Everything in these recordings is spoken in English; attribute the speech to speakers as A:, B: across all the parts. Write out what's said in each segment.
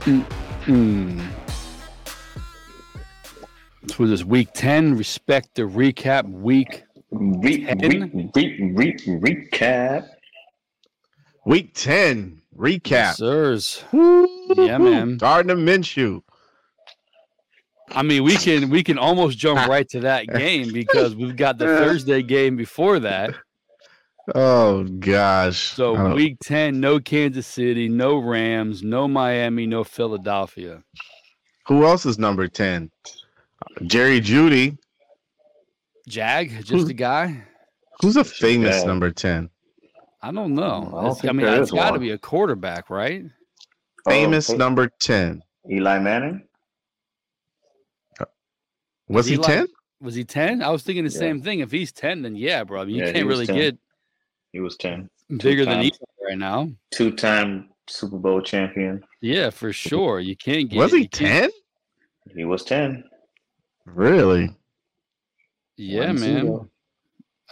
A: Mm-mm. So this is week 10. Respect the recap. Week
B: Re- re- re- re- recap.
C: Week 10 recap.
A: sirs.
C: Yeah,
A: man.
C: Gardner Minshew.
A: I mean, we can we can almost jump right to that game because we've got the Thursday game before that.
C: Oh, gosh. I
A: So
B: Oh.
C: don't-
A: week 10, no Kansas City, no Rams, no Miami, no Philadelphia.
C: who else is number 10? Jerry Judy.
A: Jag, just a guy.
C: Who's a famous
B: Yeah.
C: number 10?
A: I don't know.
B: I don't
A: It's- I,
B: think
A: mean,
B: there
A: it's
B: is
A: got to
B: one.
A: be a quarterback, right?
C: Famous
B: Oh,
C: number 10.
B: Eli Manning.
C: Was he
A: Eli-
C: 10?
A: Was he 10? I was thinking the
B: Yeah.
A: same thing. If he's 10, then yeah, bro. I mean, you
B: Yeah, he
A: can't
B: was
A: really
B: 10.
A: get
B: He was ten.
A: bigger than
B: times.
A: Eli right now.
B: Two-time Super Bowl champion.
A: Yeah, for sure. You can't get
C: Was he
A: you can't-
C: 10?
B: He was ten.
C: Really?
A: Yeah,
B: One,
A: man.
B: zero.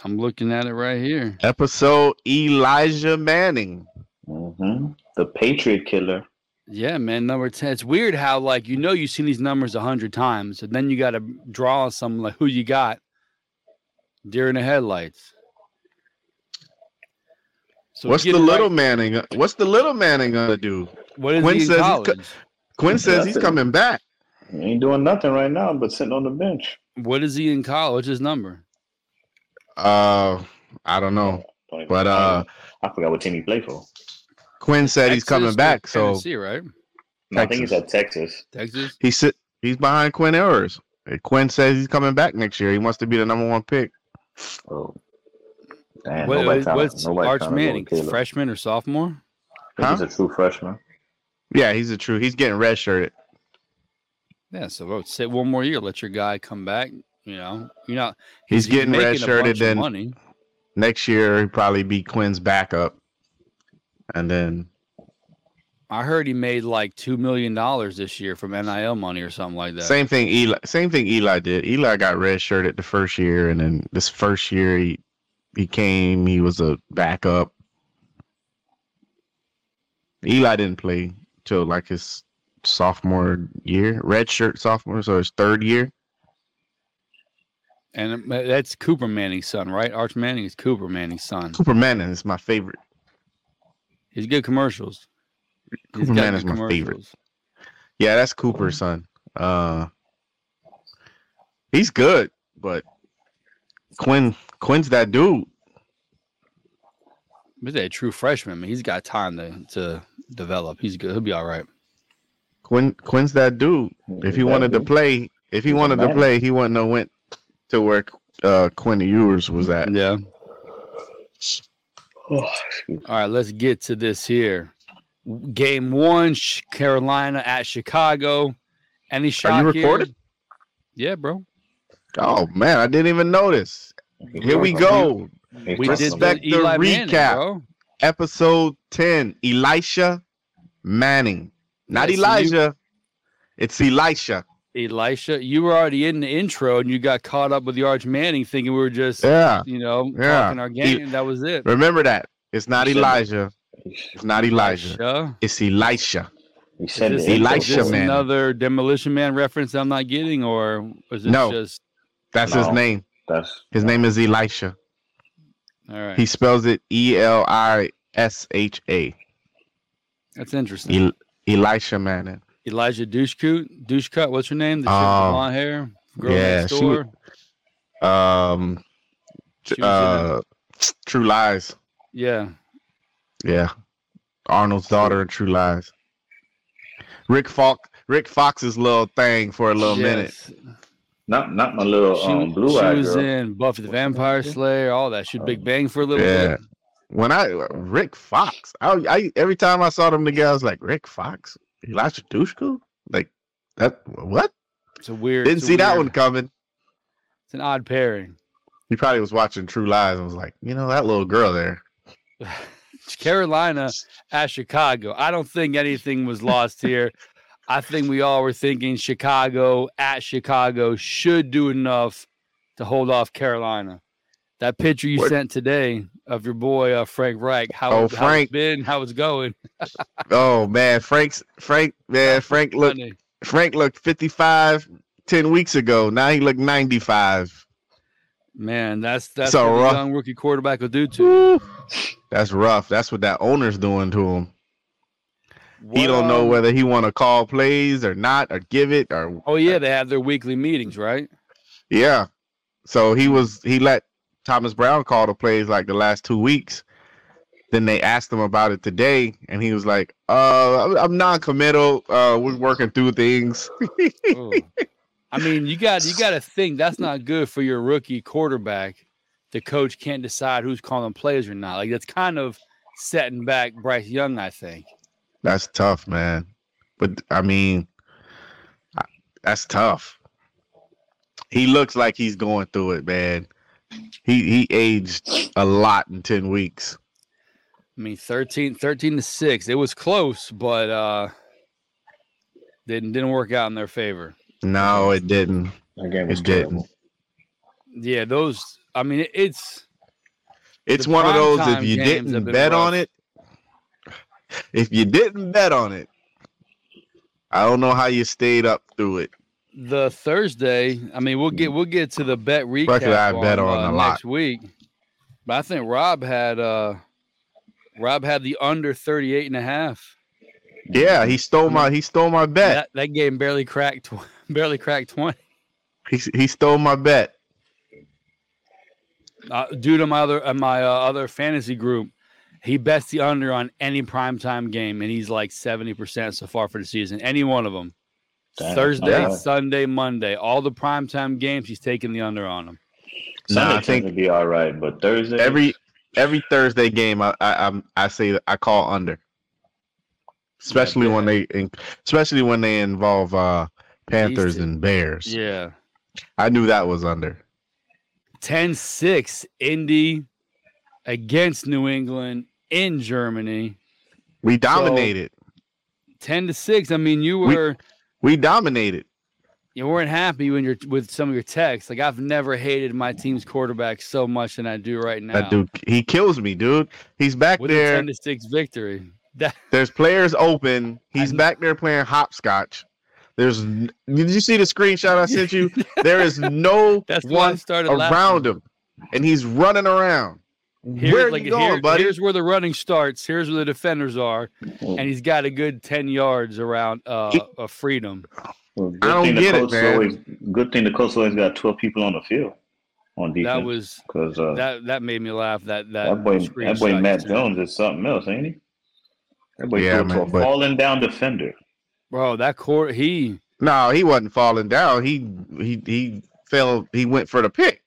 A: I'm looking at it right here.
C: Episode Elijah Manning.
B: Mhm. The Patriot Killer.
A: Yeah, man, number 10. It's weird how, like, you know, you've seen these numbers a hundred times, and then you got to draw some, like, who you got during the headlights. So
C: What's the
A: getting
C: little
A: right-
C: Manning? uh, What's the little Manning gonna do?
A: what is
C: Quinn
A: he in
C: says he's co-
A: college?
C: Quinn says he's
B: Nothing.
C: coming back.
B: He ain't doing nothing right now, but sitting on the bench.
A: What is he in college? What's his number?
C: Uh, I don't know,
B: Don't even-
C: but uh,
B: I forgot what team he played for.
C: Quinn said he's coming
A: Texas or
C: back, so
A: Tennessee, right?
B: No, I think he's
C: Texas.
B: at Texas.
A: Texas.
C: he sit he's behind Quinn Errors. Quinn says he's coming back next year. He wants to be the number one pick.
B: Oh. Damn,
A: What- uh,
B: nobody tryna-
A: what's
B: nobody
A: Arch
B: tryna go with
A: Manning?
B: Caleb.
A: Freshman or sophomore?
B: I think
C: Huh?
B: He's a true freshman.
C: Yeah, he's a true. He's getting redshirted.
A: Yeah, so bro, sit one more year. Let your guy come back. You know, you know,
C: He's getting
A: making a
C: redshirted,
A: bunch of
C: then-
A: money.
C: Next year he probably be Quinn's backup, and then
A: I heard he made like two million dollars this year from NIL money or something like that.
C: same thing. Eli, same thing. Eli did. Eli got redshirted the first year, and then this first year he he came. He was a backup. Eli didn't play till like his sophomore year, redshirt sophomore, so his third year.
A: And uh, that's Cooper Manning's son, right? Arch Manning is Cooper Manning's son.
C: Cooper Manning is my favorite.
A: He's good commercials.
C: Cooper
A: got
C: Manning's
A: good
C: my favorite.
A: commercials.
C: Yeah, that's Cooper's son. Uh, he's good, but Quinn Quinn's that dude.
A: But he's a true freshman. I mean, he's got time to, to develop. He's good. He'll be all right.
C: Quinn Quinn's that dude. If he wanted to play, if he
B: Doesn't
C: wanted to
B: matter.
C: play, he wouldn't have went to where uh, Quinn Ewers was at.
A: Yeah.
B: Oh,
A: All right, let's get to this here. Game one, Sh- Carolina at Chicago. Any shot
C: you
A: here?
C: recording?
A: Yeah, bro.
C: Oh man, I didn't even notice. Here we go.
A: We
C: Respect
A: did the
C: the
A: Eli Manning,
C: recap.
A: bro.
C: Episode 10, Elisha Manning. Not
A: Yes, you-
C: Elijah. It's Elisha.
A: Elisha, you were already in the intro and you got caught up with the Arch Manning thinking we were just,
C: Yeah.
A: you know,
C: Yeah. E
A: talking our game. and that was it.
C: Remember that. It's not
B: Shut up.
C: Elijah. It's not Elijah.
A: Elisha.
C: It's Elisha.
B: He
A: Is
B: said
A: this,
B: it.
C: Elisha
A: is this
C: Manning.
A: another Demolition Man reference I'm not getting, or is it
C: No.
A: just
C: That's his
B: No.
C: name.
B: That's
C: His name is Elisha.
A: all right?
C: He spells it E L I S H A.
A: That's interesting.
C: El- Elisha Manning.
A: Elijah Dushkut, Dushkut, what's her name? The chick with
C: Oh.
A: the blonde hair, girl
C: Yeah,
A: next
C: she
A: door.
C: Um
A: She was in
C: uh True Lies.
A: Yeah,
C: Yeah. Arnold's daughter in True Lies. Rick Fox Rick Fox's little thing for a little minute.
A: Yes.
B: not not my little
A: She,
B: um,
A: she
B: blue eyed
A: was
B: girl.
A: in Buffy the
B: What's her name
A: Vampire
B: again?
A: Slayer, all that. She Big Bang for a little
C: Yeah.
A: bit.
C: When I Rick Fox, I, I every time I saw them together, I was like Rick Fox, Elijah Dushku, like that. What?
A: It's a weird.
C: Didn't
A: it's a
C: see that
A: weird-
C: one coming.
A: It's an odd pairing.
C: He probably was watching True Lies and was like, you know, that little girl there.
A: Carolina at Chicago. I don't think anything was lost here. I think we all were thinking Chicago at Chicago should do enough to hold off Carolina. That picture you
C: What?
A: sent today of your boy uh, Frank Reich, how,
C: Oh,
A: how it's
C: Frank.
A: been, how it's going.
C: Oh man, Frank's Frank man, Frank looked
A: Funny.
C: Frank looked 55 10 weeks ago. Now he looked 95.
A: man, that's that's
C: So
A: what a
C: rough.
A: young rookie quarterback will do to you.
C: Woo. That's rough. That's what that owner's doing to him. he
A: What,
C: don't know
A: um,
C: whether he want to call plays or not or give it or
A: Oh yeah, they have their weekly meetings, right?
C: yeah. So he was he let Thomas Brown call the plays like the last 2 weeks. Then they asked him about it today and he was like, "Uh I'm- I'm non-committal. Uh we're working through things."
A: Oh. I mean, you got you got to think that's not good for your rookie quarterback. The coach can't decide who's calling plays or not. Like that's kind of setting back Bryce Young, I think.
C: That's tough, man. But I mean, I- that's tough. He looks like he's going through it, man. He he aged a lot in ten weeks.
A: I mean, 13, 13 to six. It was close, but uh didn't didn't work out in their favor.
C: No, it didn't.
B: That game was
C: It didn't.
B: terrible.
A: Yeah, those. I mean, it- it's
C: It's
A: The
C: one of those
A: primetime
C: if you
A: games have
C: didn't
A: been
C: bet on
A: rough.
C: it. If you didn't bet on it, I don't know how you stayed up through it.
A: the Thursday. I mean, we'll get we'll get to the bet recap.
C: Frankly, I bet on
A: uh,
C: a lot.
A: next week, but I think Rob had uh Rob had the under 38 and a half.
C: Yeah, he stole my he stole my bet.
A: That, that game barely cracked tw- barely cracked 20.
C: He he stole my bet.
A: Uh, due to my other uh, my uh, other fantasy group, he bets the under on any primetime game, and he's like 70% so far for the season. Any one of them.
B: Damn,
A: Thursday,
B: yeah.
A: Sunday, Monday, all the primetime games, he's taking the under on them.
B: Sunday
C: Nah, I
B: tends
C: think-
B: to be all right, but Thursday
C: every every Thursday game, I I I'm, I say that I call under, especially when they in- especially when they involve uh Panthers
A: two.
C: and Bears.
A: Yeah.
C: I knew that was under.
A: 10 6 Indy against New England in Germany.
C: We dominated.
A: 10 to 6. I mean, you
C: We-
A: were
C: we dominated.
A: you weren't happy when you're with some of your texts. Like I've never hated my team's quarterback so much than I do right now.
C: That dude, he kills me, dude. He's back
A: with a
C: there.
A: 10 to 6 victory. That
C: There's players open. He's
A: kn-
C: back there playing hopscotch. There's. n- Did you see the screenshot I sent you? there is no
A: that's why I
C: one
A: started laughing.
C: around him, and he's running around.
A: Here's,
C: Where are
A: like,
C: you going,
A: here-
C: buddy?
A: Here's where the running starts. Here's where the defenders are, and
B: Mm.
A: he's got a good ten yards around uh,
C: He-
A: of freedom.
B: Well, good
C: I don't
B: thing the
C: get it,
B: Colts
C: man.
B: Always, good thing the Colts always got twelve people on the field on
A: That
B: defense
A: was
B: because uh, that,
A: that. That made me laugh. That that,
B: boy, that
A: screenshot
B: boy
A: you
B: Matt
A: sent.
B: Jones is something else, ain't he? That boy threw
C: Yeah,
B: it to
C: man,
B: a
C: but-
B: falling down defender.
A: Bro, that quarter he
C: No, he wasn't falling down. He he he fell. He went for the pick.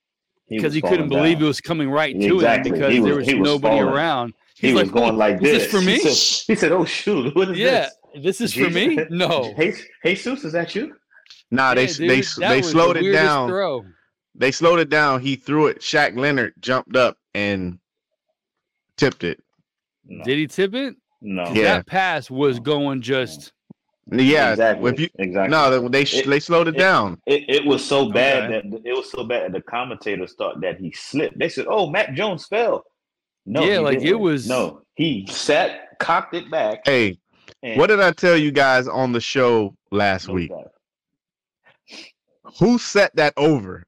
A: because
B: was
A: he, couldn't
B: falling down.
A: believe it was coming right to
B: Exactly.
A: him because
B: He
A: there was,
B: was- he was
A: nobody
B: falling.
A: around.
B: He
A: He's
B: was
A: like, "Oh,
B: going
A: is
B: like
A: this
B: this.
A: for me?
B: He said, he said, "Oh shoot, what is
A: Yeah, Oh.
B: this?
A: this is for me. No,
B: Jesus- Hey, Jesus, is that you?
C: Nah, they
A: Yeah,
C: they
A: dude, that
C: they
A: was the
C: slowed it
A: weirdest
C: down.
A: Throw.
C: They slowed it down. He threw it. Shaq Leonard jumped up and tipped it.
B: No,
A: Did he tip it?
B: no.
A: 'Cause
C: Yeah.
A: That pass was going just.
C: Yeah,
B: exactly.
C: if you
B: exactly.
C: no, they they,
B: It-
C: they slowed it,
B: it-
C: down.
B: It, it was so bad
A: Okay.
B: that it was so bad that the commentators thought that he slipped. They said, "Oh, Matt Jones fell." No,
A: Yeah,
B: he
A: like, it
B: didn't.
A: was-
B: No, he sat, cocked it back.
C: Hey,
B: And
C: what did I tell you guys on the show last
B: No
C: week?
B: doubt.
C: Who set that over?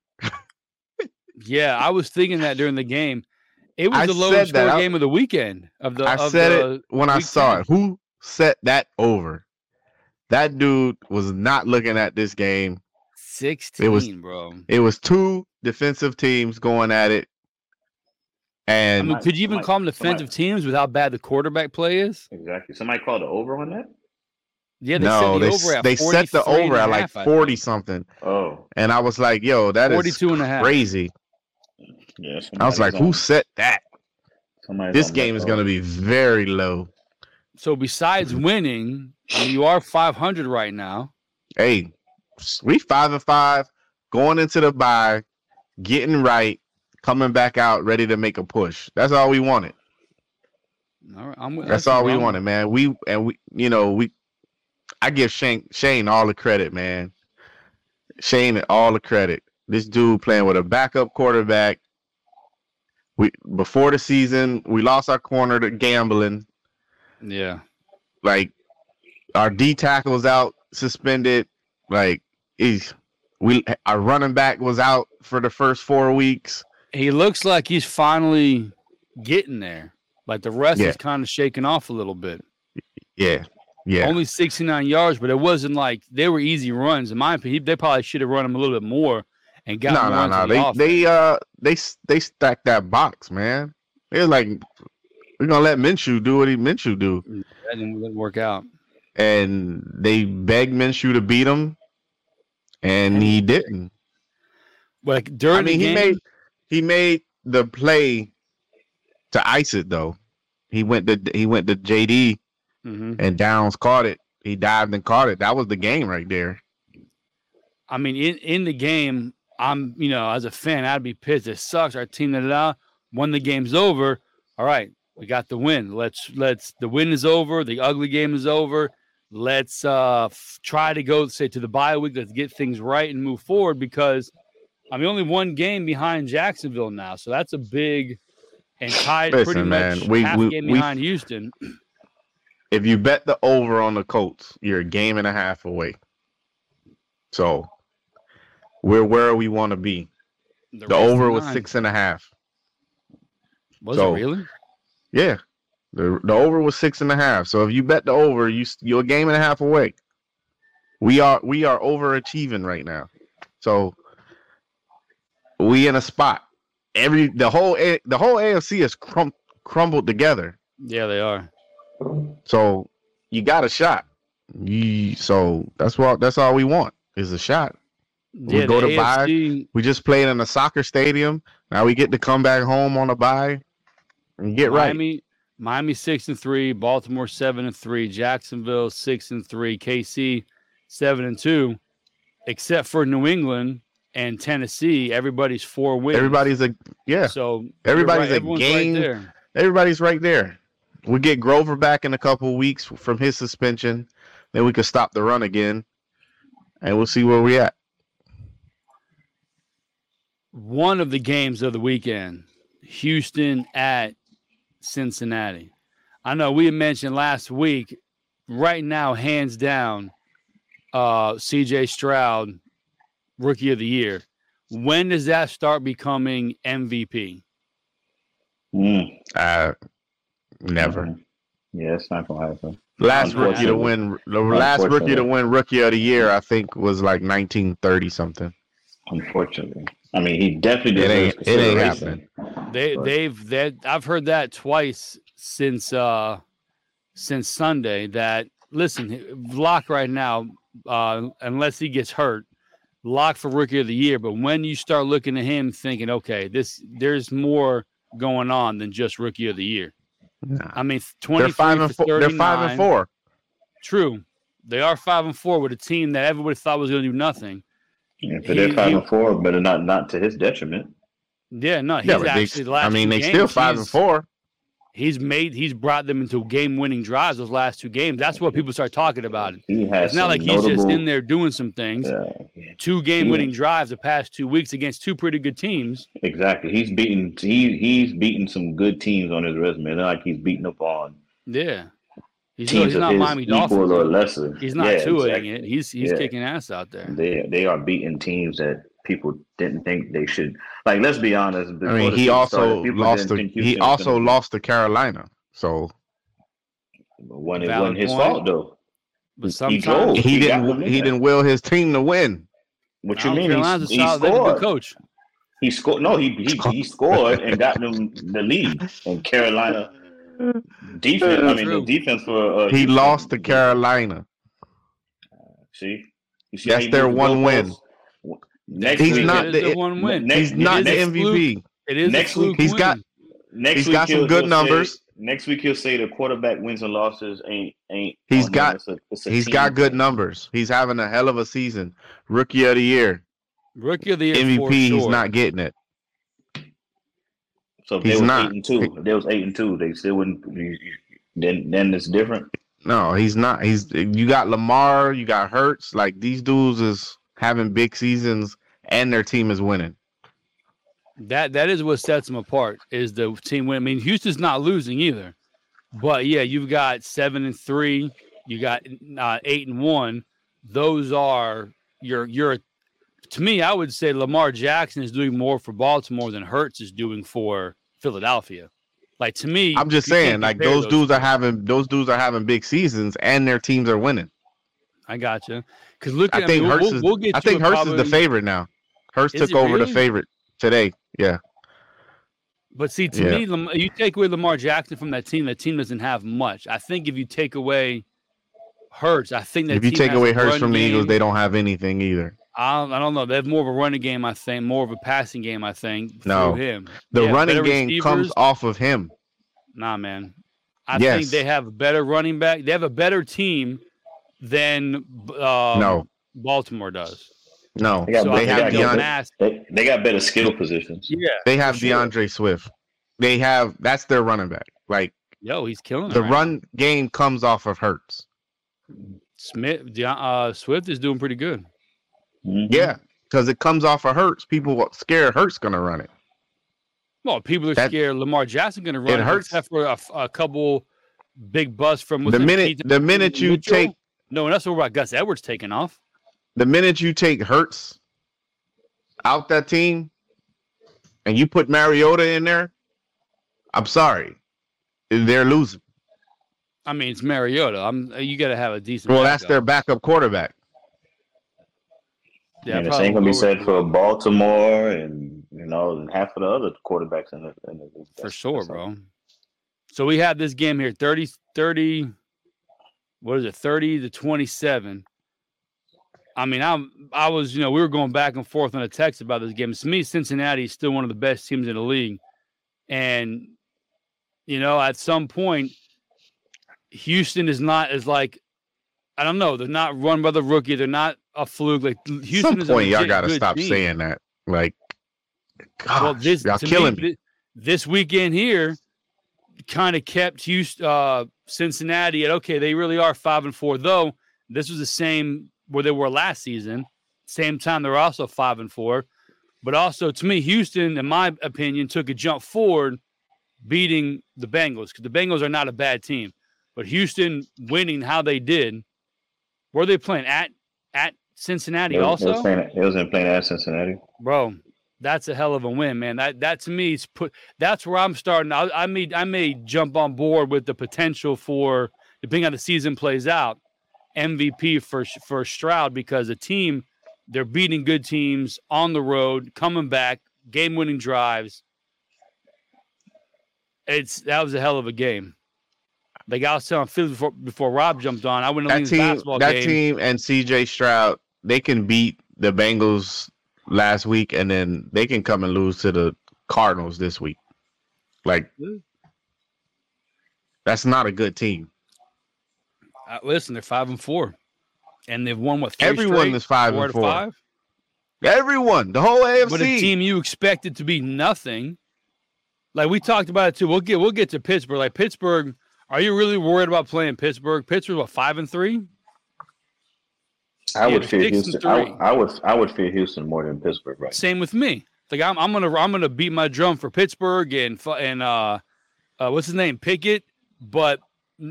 A: Yeah, I was thinking that during the game. It was
C: I
A: the
C: said
A: lowest score
C: that. I-
A: game of the weekend of the.
C: I
A: of
C: said
A: the,
C: it when I
A: week
C: saw
A: ten.
C: it. Who set that over? That dude was not looking at this game.
A: Sixteen,
C: It was-
A: bro.
C: It was two defensive teams going at it,
A: I
C: and
A: mean, could you even
B: Mike,
A: call them
B: somebody-
A: defensive teams with how bad the quarterback play is?
B: Exactly. Somebody called the over on that.
A: Yeah, they
C: no,
A: set the
C: they
A: over at
C: they set the
A: 43 and
C: over
A: a
C: at like
A: half, I
C: forty
A: think.
C: something,
B: Oh,
C: and I was like, "Yo, that is
A: 42 and a half.
C: crazy."
B: yeah.
C: I was like, "Who set that?" This game is gonna be very low.
A: So besides
C: Mm-hmm.
A: winning, I mean, you are 500 right now.
C: Hey, we five and five, going into the bye, getting right, coming back out, ready to make a push. That's all we wanted.
A: All right, I'm, with-
C: That's all we
A: wrong.
C: wanted, man. We and we, you know, we. I give Shane Shane all the credit, man. Shane all the credit. This dude playing with a backup quarterback, We before the season, we lost our corner to gambling.
A: Yeah.
C: Like our D tackle was out suspended. Like eesh. we our running back was out for the first four weeks.
A: He looks like he's finally getting there. Like the rest
C: Yeah.
A: is kind of shaking off a little bit.
C: Yeah, yeah.
A: Only 69 yards, but it wasn't like they were easy runs. In my opinion, they probably should have run him a little bit more and got
C: no,
A: more
C: no,
A: into the
C: no. They
A: offense.
C: they uh they s- they stacked that box, man. They're like, we're gonna let Minshew do what he Minshew do,
A: that didn't didn't work out.
C: and they begged Minshew to beat him, and he didn't.
A: But like, during
C: I mean,
A: the
C: he
A: game,
C: made he made the play to ice it though. He went to he went to JD
A: Mhm.
C: and Downs caught it. He dived and caught it. That was the game right there.
A: I mean, in, in the game, I'm, you know, as a fan, I'd be pissed. It sucks. Our team, da, da, da. when the game's over, all right, we got the win. Let's, let's, the win is over. The ugly game is over. Let's uh f- try to go, say, to the bye week. Let's get things right and move forward because I'm only one game behind Jacksonville now. So that's a big and tied pretty
C: Listen, man,
A: much
C: we-
A: half
C: we-
A: game
C: we-
A: behind Houston.
C: if you bet the over on the Colts, you're a game and a half away. So we're where we want to be. The
A: rest
C: over
A: of
C: was
A: nine.
C: six and a half.
A: Was
C: so-
A: it really?
C: Yeah. The the over was six and a half. So if you bet the over, you s- you're a game and a half away. We are we are overachieving right now. So we in a spot. Every the whole A- the whole AFC is crum, crumbled together.
A: Yeah, they are.
C: So you got a shot. You, so that's what that's all we want is a shot. We
A: Yeah,
C: go
A: the
C: to bye.
A: AFC
C: We just played in a soccer stadium. Now we get to come back home on a bye and get right.
A: Miami, Miami six and three, Baltimore seven and three, Jacksonville six and three, KC seven and two, except for New England and Tennessee. Everybody's four wins.
C: Everybody's a yeah.
A: so you're
C: everybody's a
A: everyone's
C: game-
A: there.
C: Everybody's right there. We get Grover back in a couple weeks from his suspension. Then we could stop the run again, and we'll see where we at.
A: One of the games of the weekend, Houston at Cincinnati. I know we had mentioned last week. Right now, hands down, uh, C.J. Stroud, rookie of the year. When does that start becoming MVP?
B: Mm,
C: Uh, never.
B: mm. Yeah, it's not gonna happen.
C: Last rookie to win. The last rookie to win rookie of the year, I think, was like 1930 something.
B: Unfortunately, I mean, he definitely
C: It
B: deserves
C: ain't- it ain't
B: consideration.
A: They
B: But-
A: they've that I've heard that twice since uh since Sunday that listen, Locke right now, uh unless he gets hurt, Locke for rookie of the year. But when you start looking at him thinking, okay, this there's more going on than just rookie of the year.
C: Nah.
A: I mean
C: They're
A: 20
C: five and four. They're five and four.
A: True. They are five and four with a team that everybody thought was gonna do nothing.
B: Yeah, but they're
A: He-
B: five
A: he-
B: and four, but not not to his detriment.
A: Yeah, no, he's
C: Yeah, but they-
A: actually the last
C: I mean,
A: two
C: they still
A: games,
C: five and
A: he's-
C: four.
A: he's made he's brought them into game winning drives those last two games. That's what people start talking about. It.
B: He has
A: It's not
B: some
A: like he's
B: notable,
A: just in there doing some things.
B: Yeah,
A: Two game winning drives the past two weeks against two pretty good teams.
B: exactly. He's beaten he he's beaten some good teams on his resume. Not like he's beaten up on
A: Yeah, he's, no-
B: teams
A: he's
B: of
A: not
B: his
A: Miami
B: equal or
A: Dolphins.
B: lesser.
A: He's not
B: yeah,
A: two
B: exactly.
A: it. He's he's
B: Yeah.
A: kicking ass out there.
B: They they are beating teams that people didn't think they should. Like, let's be honest.
C: I
B: before the
C: mean, he
B: season
C: also
B: started, people
C: lost
B: didn't
C: to
B: think
C: he
B: Houston was
C: also
B: gonna-
C: lost to Carolina. So
B: When it
A: Valid
B: wasn't his
A: point.
B: fault though.
A: But
B: He
A: sometimes
B: drove.
C: he
B: he got
C: didn't
B: them in
C: he
B: there.
C: didn't will his team to win.
B: What you
A: South
B: mean?
A: Carolina's
B: He,
A: a
B: he
A: solid, they're a good
B: scored.
A: coach.
B: He scored. No, he he, he scored and got them the lead. And Carolina defense. I mean,
A: True.
B: the defense for uh,
C: He
B: Houston-
C: lost to Carolina.
B: See, you see how
C: That's
B: he
C: their
B: moved
C: one win.
B: goalposts? Next
C: He's
B: week,
C: not
A: it
C: the-
A: is the
C: it-
A: one win.
B: Next-
C: He's not
A: it
C: the
A: is a fluke.
C: MVP.
A: It is
B: next
A: a fluke
B: week-
C: He's
A: win.
C: got-
B: Next
C: He's
B: week
C: got some
B: he'll-
C: good
B: he'll
C: numbers.
B: Say, next week he'll say the quarterback wins and losses ain't ain't.
C: He's
B: He's
C: got-
B: It's a, it's a
C: He's
B: team
C: got good
B: thing.
C: numbers. He's having a hell of a season. Rookie of the year,
A: rookie of the year.
C: MVP.
A: for
C: He's
A: sure.
C: not getting it.
B: So if
C: He's
B: they was
C: not.
B: eight and two, if they was eight and two, they still wouldn't. you- you- Then then it's different.
C: No, he's not. He's you got Lamar, you got Hurts. Like these dudes is having big seasons, and their team is winning.
A: That that is what sets them apart is the team win. I mean, Houston's not losing either, but yeah, you've got seven and three, you got uh, eight and one. Those are your your. To me, I would say Lamar Jackson is doing more for Baltimore than Hertz is doing for Philadelphia. Like to me,
C: I'm just
A: you can't
C: saying, like
A: compare
C: those dudes are having those dudes are having big seasons, and their teams are winning.
A: I gotcha. Because look, at,
C: I think
A: mean,
C: Hurst
A: we'll,
C: is.
A: we'll get.
C: I
A: you
C: think
A: a
C: Hurst is
A: probably-
C: the favorite now. Hurst
A: Is
C: took
A: it
C: over
A: really?
C: the favorite today. Yeah,
A: But see, to
C: Yeah.
A: me, Lam- you take away Lamar Jackson from that team, that team doesn't have much. I think if you take away Hurts, I think that
C: if you
A: team
C: take
A: has
C: away
A: a
C: Hurst
A: run
C: from the Eagles,
A: game.
C: they don't have anything either.
A: I don't, I don't know. They have more of a running game, I think, more of a passing game, I think.
C: No.
A: through him.
C: The
A: They have
C: running
A: better
C: game comes
A: receivers.
C: off of him.
A: Nah, man. I
C: Yes.
A: think they have a better running back. They have a better team than uh,
C: no,
A: Baltimore does.
C: no,
B: They got-
A: so
C: they
A: I
C: have
A: think they'll
B: Deion-
C: Deon-
A: mask.
B: They, they got better skill positions.
A: Yeah.
C: they have
B: sure.
C: DeAndre Swift. They have that's their running back. Like
A: Yo, he's killing it
C: the
A: right now.
C: run game comes off of Hurts.
A: Smith, Deion- uh, Swift is doing pretty good.
B: Mhm.
C: Yeah, because it comes off of Hurts. People are scared Hurts gonna run it.
A: Well, people are
C: That-
A: scared Lamar Jackson going to run.
C: It hurts.
A: except for a, a couple big busts from what's
C: The
A: his name,
C: minute-
A: Keith-
C: the minute you take-
A: No, and that's what we're about Gus Edwards taking off.
C: The minute you take Hurts out that team and you put Mariota in there, I'm sorry, they're losing.
A: I mean, it's Mariota. I'm you got to have a decent.
C: Well, that's their
A: backup.
C: backup quarterback.
A: Yeah,
B: and the
A: probably
B: same can be
A: lower
B: said
A: than-
B: for Baltimore and you know and half of the other quarterbacks in the, in the league.
A: for
B: That's-
A: sure,
B: that's all.
A: bro. So we have this game here 30 30 what is it 30 to 27. I mean, I'm I was, you know, we were going back and forth on a text about this game. To me, Cincinnati is still one of the best teams in the league. And you know, at some point Houston is not as like I don't know, they're not run by the rookie, they're not a fluke like Houston
C: Some
A: is a
C: point, y'all
A: legit
C: gotta
A: good
C: stop
A: team.
C: saying that. Like, gosh,
A: Well, this
C: Ah, y'all
A: to
C: killing me.
A: thi- This weekend here kind of kept Houston, uh, Cincinnati at okay. They really are five and four, though. This was the same where they were last season. Same time they're also five and four, but also to me, Houston, in my opinion, took a jump forward, beating the Bengals because the Bengals are not a bad team, but Houston winning how they did. Were they playing at at Cincinnati
B: It was,
A: also?
B: it was playing, it was in playing at Cincinnati.
A: bro that's a hell of a win man that that to me is put that's where i'm starting i, I may i may jump on board with the potential for depending on how the season plays out mvp for for stroud because a team they're beating good teams on the road coming back game winning drives it's that was a hell of a game like i was telling phil before, before rob jumped on i went to
C: That
A: this
C: team,
A: basketball
C: that
A: game
C: team, and CJ Stroud, they can beat the Bengals last week, and then they can come and lose to the Cardinals this week. Like,
A: Yeah.
C: that's not a good team.
A: Uh, listen they're five and four and they've won what three
C: Everyone
A: straight?
C: is five
A: Four out
C: and
A: of
C: four. Everyone, the whole AFC.
A: But a team you expected to be nothing. Like we talked about it too. We'll get we'll get to Pittsburgh. Like Pittsburgh, are you really worried about playing Pittsburgh? Pittsburgh what five and three?
B: I
A: Yeah,
B: would fear
A: six and
B: Houston. I,
A: three.
B: would- I would I would fear Houston more than Pittsburgh, right?
A: Same with me. Like I'm I'm gonna I'm gonna beat my drum for Pittsburgh and fu- and uh, uh what's his name Pickett. But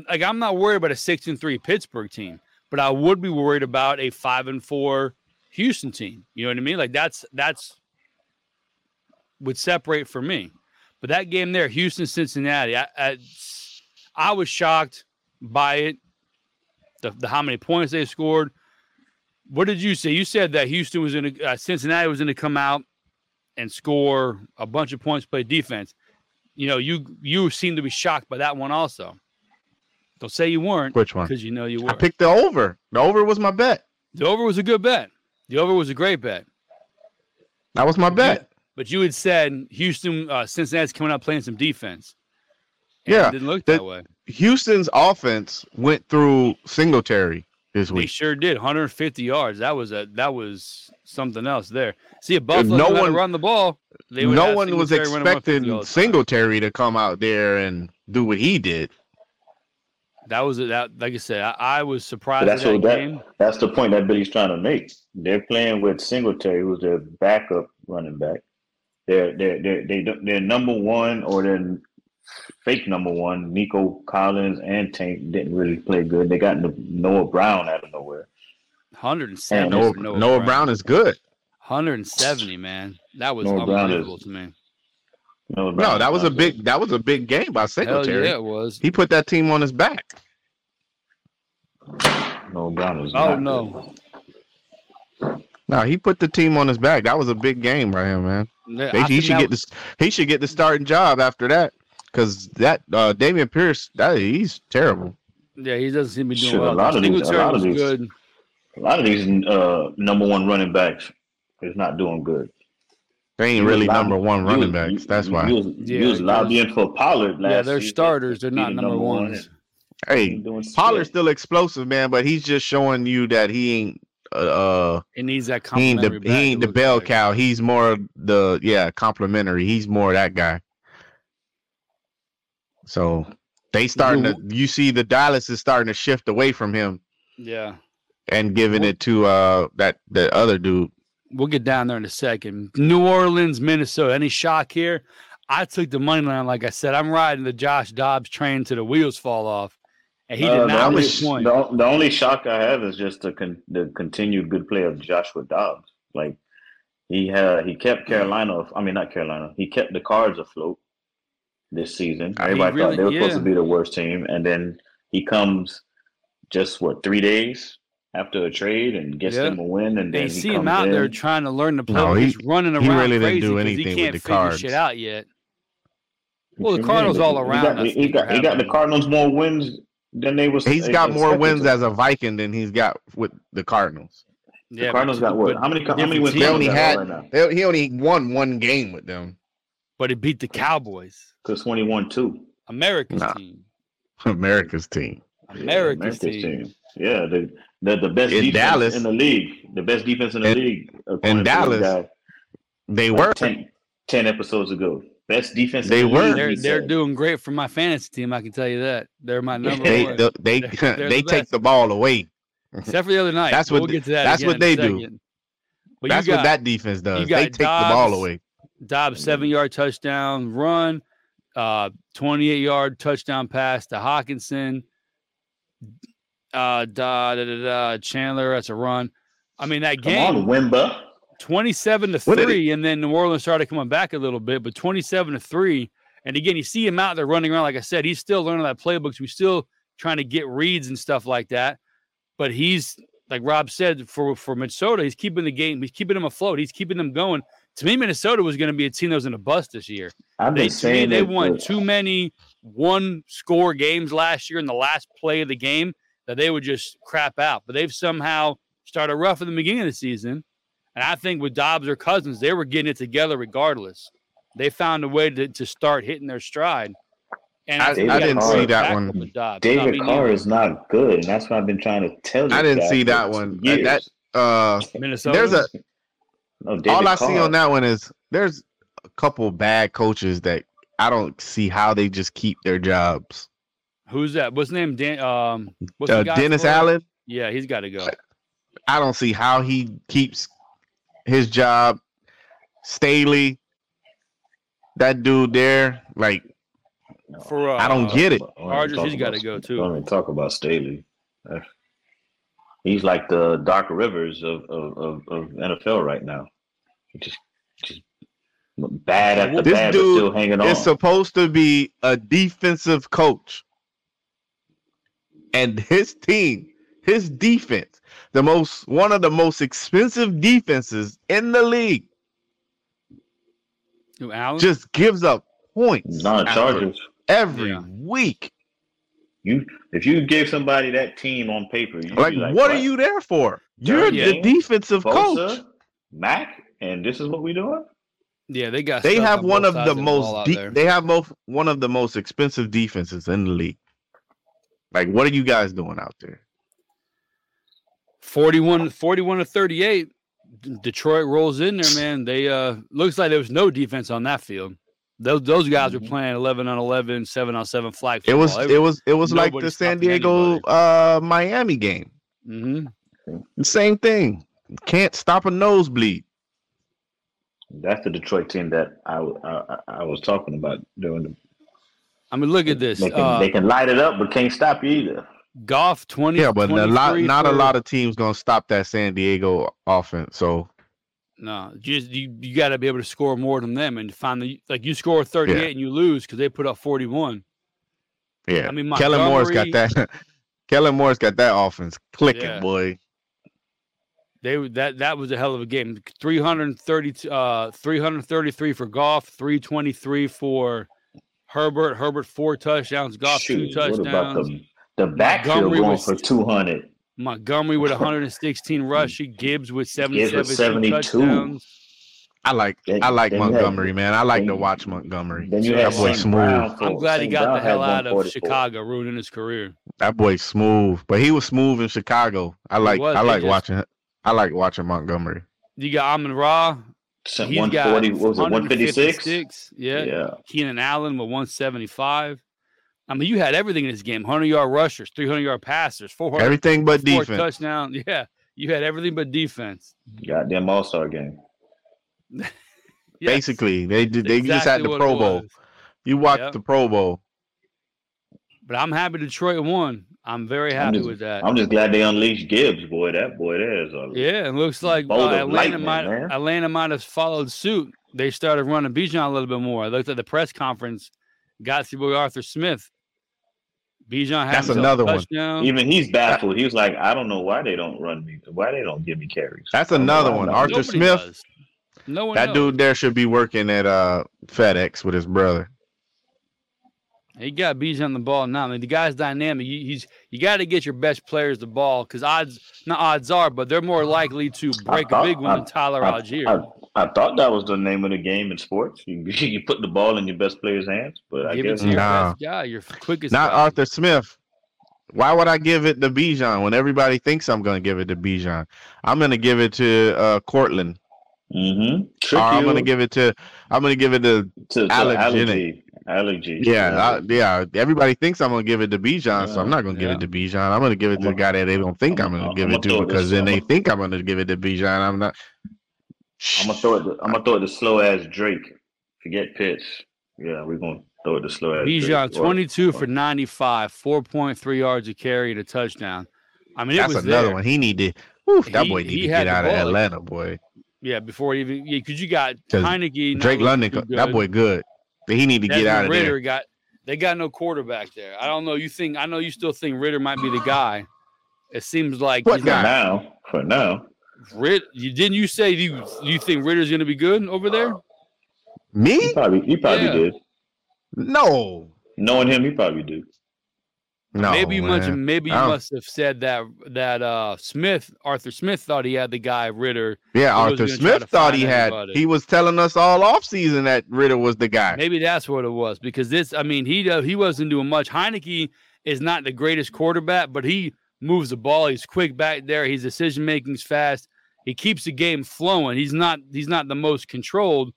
A: like I'm not worried about a six and three Pittsburgh team, but I would be worried about a five and four Houston team. You know what I mean? Like that's that's would separate for me. But that game there, Houston Cincinnati, I, I I was shocked by it. The, the how many points they scored. What did you say? You said that Houston was going to uh, Cincinnati was going to come out and score a bunch of points, play defense. You know, you you seem to be shocked by that one also. Don't say you weren't
C: Which one?
A: because you know you
C: uh, I
A: were.
C: picked the over. The over was my bet.
A: The over was a good bet. The over was a great bet.
C: That was my
A: You-
C: bet.
A: But you had said Houston, uh, Cincinnati's coming out playing some defense.
C: Yeah,
A: it didn't look
C: the-
A: that way.
C: Houston's offense went through Singletary this
A: They
C: week.
A: sure did. 150 yards. That was a that was something else there. See, if Buffalo
C: no
A: no one
C: one-
A: run the ball. They would
C: No
A: have
C: one was
A: Singletary running 150 all
C: expecting
A: the time.
C: Singletary to come out there and do what he did.
A: That was a- that. Like I said, I, I was surprised.
B: But that's
A: at
B: what
A: that game.
B: that, that's the point that Billy's trying to make. They're playing with Singletary, who's their backup running back. They're they're they're they don't- they're number one or their fake number one. Nico Collins and Tank didn't really play good. They got No- Noah Brown out of nowhere.
A: 170.
B: And
C: Noah,
A: for
C: Noah, Brown. is good.
A: 170, man. That was
B: Noah Brown
A: unbelievable to me.
B: Noah
C: No,
B: Brown-
C: that was a big that was a big game by
A: Hell
C: Singletary.
A: yeah, it was.
C: He put that team on his back.
B: Noah Brown was.
A: Oh
B: not
A: no,
C: No, he put the team on his back. That was a big game right here, man.
A: Yeah,
C: They-
A: I
C: he
A: think
C: should
A: that
C: get this. He should get the starting job after that, because that uh, Damian Pierce, that he's terrible.
A: Yeah, he doesn't seem to be doing
B: Shit, a
A: well.
B: lot of these- a
A: Singletary
B: lot of
A: was
B: these-
A: good.
B: A lot of these uh, number one running backs is not doing good.
C: They
B: He
C: ain't
B: was
C: really
B: lob-
C: number one
B: he
C: running
B: was-
C: backs.
B: he-
C: That's
B: he
C: why.
B: was, he
A: Yeah,
B: was lobbying for Pollard last.
A: Yeah, they're
B: season.
A: starters. They're
B: He
A: not
B: the
A: number ones.
B: He
C: Hey,
B: ain't doing shit.
C: Pollard's still explosive, man, but he's just showing you that he ain't uh
A: It needs that
C: he ain't
A: complimentary.
C: the he ain't the bell cow. He's more the yeah complimentary. He's more that guy. So they starting to you see the Dallas is starting to shift away from him
A: Yeah,
C: and giving it to uh that the other dude.
A: we'll get down there in a second. New Orleans, Minnesota. Any shock here? I took the money line, like I said. I'm riding the Josh Dobbs train to the wheels fall off, and he did
B: Uh, the
A: not
B: only,
A: miss one.
B: The, the only shock I have is just the con, the continued good play of Joshua Dobbs. Like he had, he kept Carolina. af- I mean, not Carolina. He kept the Cards afloat this season.
A: I mean,
B: Everybody
A: really-
B: thought they were
A: yeah.
B: supposed to be the worst team, and then he comes just what three days after a trade and gets
A: Yeah.
B: them a win, and then
A: They
B: he
A: see him
B: comes
A: out
B: in.
A: there trying to learn the play.
C: No, he-
A: he's running around
C: he really didn't
A: crazy
C: do
A: 'cause
C: anything
A: he
C: with
A: can't
C: the
A: figure
C: cards.
A: shit out yet.
B: What
A: Well, the
B: you mean?
A: Cardinals all
B: He
A: around,
B: got-
A: I
B: He got, he
A: think,
B: got,
A: are having-
B: the Cardinals more wins than they was.
C: He's got more
B: expected
C: wins
B: to.
C: as a Viking than he's got with the Cardinals.
B: the
A: Yeah, but-
B: Cardinals got what?
A: but
B: How many? How many
A: different
B: wins?
A: teams.
C: They only
B: got
C: had-
B: right now?
C: They, he only won one game with them.
A: but it beat the Cowboys,
B: Because 21 2.
A: America's
C: Nah.
A: team.
C: America's team.
A: America's, team.
B: Yeah, the, the, the best
C: In
B: defense
C: Dallas.
B: in the league. The best defense in the
C: In-
B: league. according
C: in
B: to
C: Dallas,
B: this guy,
C: They
B: like
C: were
B: 10, 10 episodes ago. Best defense
C: They
B: in the
C: were.
B: league.
A: They're
B: he
A: they're
B: said.
A: doing great for my fantasy team. I can tell you that they're my number
C: they
A: one,
C: the- they
A: They're- they're
C: they
A: the
C: take
A: best.
C: the ball away.
A: except for the other night.
C: That's
A: but
C: what
A: we'll
C: th-
A: get to that.
C: that's
A: again
C: what
A: in
C: they
A: a
C: do.
A: second. But
C: That's
A: you got
C: what that defense does.
A: got
C: They take the ball
A: Dobbs.
C: away.
A: Dobbs seven yard touchdown run, uh, twenty eight yard touchdown pass to Hawkinson. Uh, da, da, da, da, Chandler, that's a run. I mean that
B: Come
A: game,
B: on, Wimba.
A: 27 to
C: What did
A: 3 and then new orleans started coming back a little bit but 27 to 3 and again you see him out there running around like i said he's still learning that playbooks we still trying to get reads and stuff like that but he's like rob said for for minnesota he's keeping the game he's keeping them afloat he's keeping them going to me minnesota was going to be a team that was in a bust this year
B: I've
A: they,
B: been
A: to me,
B: saying
A: they
B: that
A: won
B: the-
A: too many one score games last year in the last play of the game that they would just crap out. But they've somehow started rough at the beginning of the season. And I think with Dobbs or Cousins, they were getting it together regardless. They found a way to, to start hitting their stride. And
C: I-
A: think
B: I
A: we got
B: didn't
A: to
B: see
A: start
C: that
A: back
C: one.
A: up with Dobbs. No,
B: David
A: me
B: Carr
A: neither.
B: is not good, and that's what I've been trying to tell you.
C: I didn't see that one. That- that- Uh,
A: Minnesota.
C: there's a
B: no, David
C: all I see
B: Carr.
C: on that one is there's a couple bad coaches that I don't see how they just keep their jobs.
A: who's that? What's his name? Dan, um, what's the
C: Uh,
A: guy's
C: Dennis
A: for?
C: Allen,
A: Yeah, he's got to go.
C: I don't see how he keeps his job. Staley, that dude there, like
A: For uh,
C: I don't get it.
A: Rodgers, he's gotta go, too.
B: Don't even talk about Staley. That's- He's like the Doc Rivers of of, of, of NFL right now. He Just, just bad at the
C: This
B: bad,
C: dude
B: but still hanging on.
C: It's supposed to be a defensive coach. And his team, his defense, the most one of the most expensive defenses in the league,
A: Who, Allen?
C: just gives up points
B: not a
C: after
B: Chargers.
C: every
A: Yeah.
C: week.
B: You, if you gave somebody that team on paper, you'd
C: Like,
B: be like,
C: what, are you there for? You're
B: Darn
C: the
B: game.
C: defensive
B: Bosa,
C: coach.
B: Mac, and this is what we doing?
A: yeah, they got.
C: They
A: studs
C: have
A: on
C: one
A: both
C: of
A: sides
C: the
A: ball out
C: most de-
A: there.
C: they have both one of the most expensive defenses in the league. Like, what are you guys doing out there?
A: 41, 41 to 38. D- Detroit rolls in there, man. They uh looks like there was no defense on that field. Those those guys were
B: Mhm.
A: playing 11 on 11, 7 on 7 flag
C: It was
A: football.
C: it was it was like the
A: nobody's
C: San
A: stopping
C: Diego
A: anybody.
C: uh Miami game.
A: Mhm.
C: Same thing. Can't stop a nosebleed.
B: That's the Detroit team that I I, I was talking about during the.
A: I mean, look at this.
B: They can,
A: uh,
B: they can light it up, but can't stop you either.
A: Golf twenty.
C: Yeah, but a lot,
A: 23
C: not a
A: for-
C: lot of teams gonna stop that San Diego offense. So
A: No, just you, you got to be able to score more than them, and finally, like you score thirty eight and you lose because they put up forty one.
C: yeah,
A: I mean,
C: Kellen Moore's got
A: Montgomery-
C: that. Kellen Moore's got that offense clicking,
A: Yeah.
C: boy.
A: They were- that that was a hell of a game. 330 uh 333 for golf, 323 for Herbert. Herbert four touchdowns, golf two
B: Shoot, What about
A: touchdowns.
B: the the backfield
A: Montgomery
B: going
A: was-
B: for two hundred?
A: Montgomery with 116 rushing, Gibbs with 77
B: with
A: two
B: 72.
A: touchdowns.
C: I like,
B: Then-
C: I like
B: then you had-
C: Montgomery, man. I like
B: then
C: to
B: you-
C: watch Montgomery.
B: Then you
A: That
B: have
A: boy
B: Saint
C: smooth.
B: Brown for-
A: I'm glad he
B: Saint
A: got
B: Brown
A: the
B: had
A: hell out of
B: 144.
A: Chicago, ruining his career.
C: That boy's smooth, but he was smooth in Chicago. I like,
A: was,
C: I
A: they
C: like
A: just-
C: watching. I like watching Montgomery.
A: You got Amon Ra.
B: Saint
A: He's
B: 140,
A: got
B: what was it, 156?
A: 156. Yeah.
B: Yeah.
A: Keenan Allen with 175. I mean, you had everything in this game 100 yard rushers, 300 yard passers, 400
C: Everything but
A: four
C: defense.
A: touchdown. Yeah, you had everything but defense.
B: Goddamn All Star game.
A: Yes,
C: Basically, they did. They just had
A: exactly
C: the
A: what it
C: Pro Bowl.
A: was.
C: You watched
A: Yep.
C: the Pro Bowl.
A: But I'm happy Detroit won. I'm very happy
B: just-
A: with that.
B: I'm just glad they unleashed Gibbs, boy. That boy there is a
A: yeah, it looks like uh,
B: Bolt of
A: Atlanta
B: lightning,
A: might
B: man.
A: Atlanta might have followed suit. They started running Bijan a little bit more. I looked at the press conference. Got to boy Arthur Smith. Bijan had
C: That's
A: himself a
C: another one.
A: touchdown.
B: Even he's baffled. He was like, I don't know why they don't run me, why they don't give me carries.
C: That's
B: I don't know
C: another
B: why
C: one.
B: I'm not-
C: Arthur
A: Nobody
C: Smith,
A: does. No one.
C: That
A: knows.
C: dude there should be working at uh FedEx with his brother.
A: He got Bijan the ball now. I mean, the guy's dynamic. You, he's you got to get your best players the ball because odds not odds are, but they're more likely to break a
B: thought-
A: big one than
B: I-
A: Tyler
B: I-
A: Algier.
B: I, I thought that was the name of the game in sports. You, you put the ball in your best player's hands, but I
A: Give it
B: guess
A: to your
C: Nah.
A: best guy, your quickest.
C: Not
A: guy.
C: Arthur Smith. Why would I give it to Bijan when everybody thinks I'm going to give it to Bijan? I'm going to give it to uh Cortland.
B: mm-hmm.
C: Or I'm going to give it to I'm going to give it to
B: to, to
C: Alec
B: allergy. Allergy.
C: yeah, I, yeah, everybody thinks I'm going to give it to Bijan, so I'm not going to
A: Yeah.
C: give it to Bijan. I'm going to give it to the
B: I'ma-
C: guy that they don't think I'm,
B: I'ma-
C: going to give
B: I'ma
C: it to
B: throw this-
C: because then they
B: I'ma-
C: think I'm going to give it to Bijan. I'm not
B: I'm gonna throw it. To, I'm gonna throw it to slow as Drake. Forget Pitts. Yeah, we're gonna throw it to slow as
A: Bijan
B: Drake. Or-
A: twenty-two for
B: or-
A: ninety-five, four point three yards a carry and a touchdown. I mean, it
C: That's
A: was
C: another
A: there.
C: one. He needed. Oof, that
A: He-
C: boy need
A: he
C: to
A: had
C: get
A: the
C: out of
A: ball.
C: Atlanta, boy.
A: Yeah, before even because you got
C: 'Cause
A: Heineke, not
C: Drake
A: looking
C: London,
A: too
C: that
A: good.
C: boy good. But he need to get
A: Desmond
C: out of
A: Ritter
C: there.
A: got they got no quarterback there. I don't know. You think I know you still think Ritter might be the guy. It seems like
C: What
A: he's
B: for
A: not-
C: guy?
B: now. For now,
A: Rit, you didn't you say you you think Ritter's gonna be good over there?
B: you
C: Me?
B: probably you probably
A: Yeah.
B: did.
C: No.
B: Knowing him, you probably do.
C: No.
A: maybe you must
C: man.
A: maybe you
C: I don't-
A: must have said that that uh Smith Arthur Smith thought he had the guy Ritter.
C: Yeah,
A: He was
C: Arthur
A: gonna try
C: Smith
A: to
C: thought
A: find
C: he had.
A: anybody.
C: He was telling us all offseason that Ritter was the guy.
A: Maybe that's what it was because this I mean he do- he wasn't doing much. Heineke is not the greatest quarterback, but he moves the ball. He's quick back there. His decision making's fast. He keeps the game flowing. He's not he's not the most controlled.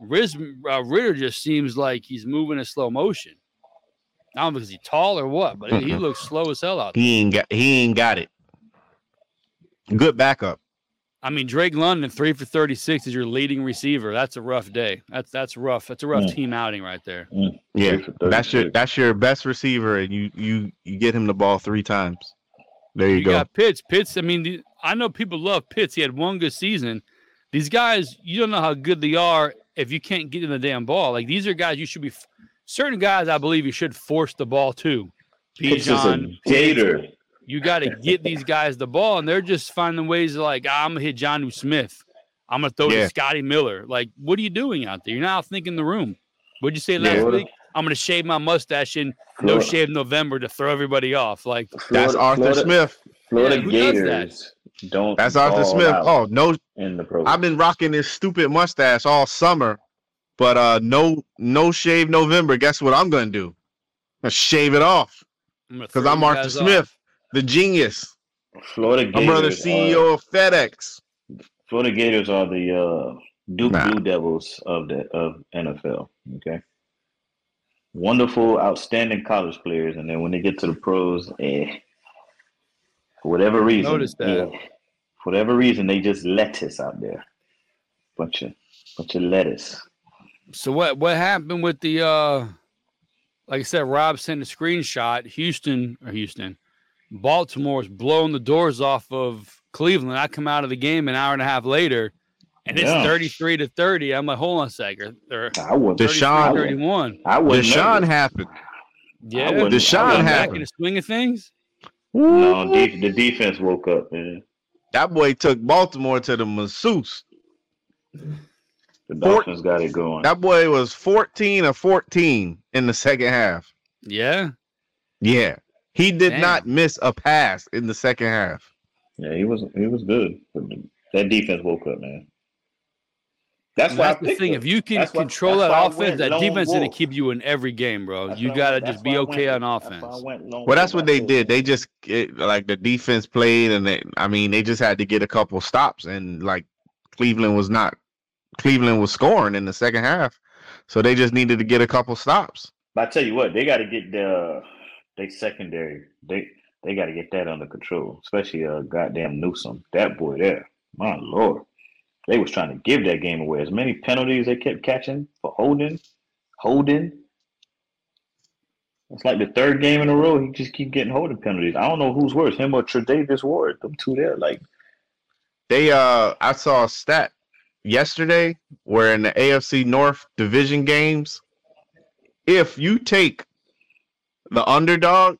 A: Riz, uh, Ritter just seems like he's moving in slow motion. I don't know if he's tall or what, but he
C: Mhm.
A: looks slow as hell out there.
C: He ain't got. He ain't got it. Good backup.
A: I mean, Drake London three for thirty six is your leading receiver. That's a rough day. That's that's rough. That's a rough
B: Mm.
A: team outing right there.
C: Yeah,
B: Three for
C: that's your
B: 36.
C: that's your best receiver, and you you you get him the ball three times. There you,
A: You
C: go.
A: got Pitts. Pitts. I mean, the, I know people love Pitts. He had one good season. These guys, you don't know how good they are if you can't get in the damn ball. Like these are guys you should be. f- Certain guys, I believe you should force the ball to.
B: Pitts is
A: Bijan,
B: a gator.
A: you got to get these guys the ball, and they're just finding ways to like, I'm gonna hit Johnu Smith. I'm gonna throw
C: Yeah.
A: to Scotty Miller. Like, what are you doing out there? You're not thinking the room. What'd you say last
B: Yeah.
A: week? I'm gonna shave my mustache in no
B: Florida-
A: shave November to throw everybody off. Like,
C: that's
B: Florida-
C: Arthur
B: Florida-
C: Smith.
B: Florida
A: Yeah, who does that?
B: Gators don't.
C: That's Arthur
B: ball
C: Smith.
B: out
C: Oh no,
B: in the program.
C: I've been rocking this stupid mustache all summer, but uh no no shave November. Guess what I'm gonna do? I'm gonna shave it off.
A: I'm gonna
C: 'Cause
A: throw
C: I'm
A: you
C: Arthur
A: guys
C: Smith. The genius.
B: Florida Gators.
C: My brother E
B: Are,
C: CEO of FedEx.
B: Florida Gators are the uh, Duke
C: Nah.
B: Blue Devils of the of NFL. Okay. Wonderful, outstanding college players, and then when they get to the pros, eh, for whatever reason,
A: noticed that.
B: eh, for whatever reason, they just lettuce out there. Bunch of But your lettuce.
A: So what what happened with the uh like I said, Rob sent a screenshot. Houston or Houston, Baltimore's blowing the doors off of Cleveland. I come out of the game an hour and a half later, and it's
B: Yeah.
A: 33 to 30. I'm like, hold on a second. Or
B: I wouldn't.
A: 33
C: Deshaun-
A: 31.
B: I wouldn't.
C: Deshaun
B: nervous.
C: happened.
A: Yeah.
B: wouldn't-
C: Deshaun
B: I
A: back in
B: wouldn't-
C: happened.
A: the swing of things.
B: No, def- the defense woke up. Man.
C: That boy took Baltimore to the masseuse.
B: The
C: Fort-
B: Dolphins got it going.
C: That boy was 14 or 14 in the second half.
A: Yeah.
C: Yeah. He did
A: Damn.
C: not miss a pass in the second half.
B: Yeah, he was he was good. But That defense woke up, man. That's
A: And
B: why
A: that's
B: I
A: the
B: picked
A: thing.
B: them.
A: If you can
B: That's why-
A: control
B: that's why I
A: that
B: went
A: offense, that
B: lone
A: defense is going to
B: wolf.
A: keep you in every game, bro.
B: That's
A: you
B: why I
A: got to
B: went-
A: just
B: that's
A: be
B: why I went-
A: okay on
B: that's why I
A: offense.
B: went lone
C: Well, that's
B: wolf.
C: what they
B: I
C: did.
B: said,
C: They just it, like the defense played, and they, I mean, they just had to get a couple stops, and like Cleveland was not, Cleveland was scoring in the second half, so they just needed to get a couple stops.
B: But I tell you what, they got to get the they secondary. They they got to get that under control, especially uh goddamn Newsom. That boy there, my lord, they was trying to give that game away. As many penalties they kept catching for holding, holding. It's like the third game in a row. He just keep getting holding penalties. I don't know who's worse, him or Tre'Davious Ward. Them two there, like
C: They, uh, I saw a stat yesterday where in the AFC North division games, if you take the underdog,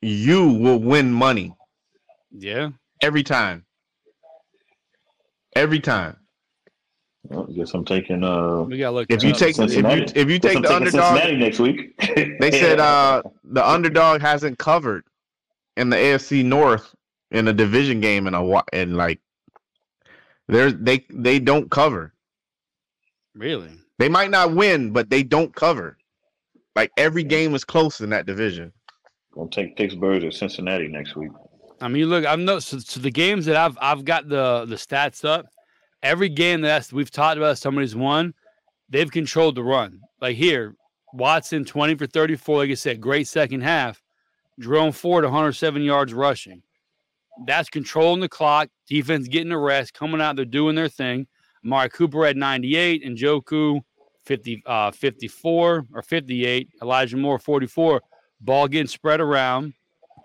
C: you will win money
A: Yeah.
C: every time. Every time.
B: I guess I'm taking uh.
A: We got to look.
C: If
A: that
C: you
A: up.
C: take if you
B: Cincinnati.
C: if you
B: guess
C: take
B: I'm
C: the
B: taking
C: underdog,
B: Cincinnati next week.
C: they said uh the underdog hasn't covered in the AFC North in a division game in a while, and like there's they they don't cover.
A: Really?
C: They might not win, but they don't cover. Like every game is close in that division.
B: Gonna take Pittsburgh to Cincinnati next week.
A: I mean, look, I've no so, so the games that I've I've got the the stats up. Every game that we've talked about, somebody's won. They've controlled the run. Like here, Watson twenty for thirty four. Like I said, great second half. Jerome Ford one hundred seven yards rushing. That's controlling the clock. Defense getting a rest, coming out, they're doing their thing. Amari Cooper at ninety eight and Joku 50, uh, 54 or fifty eight. Elijah Moore forty four. Ball getting spread around.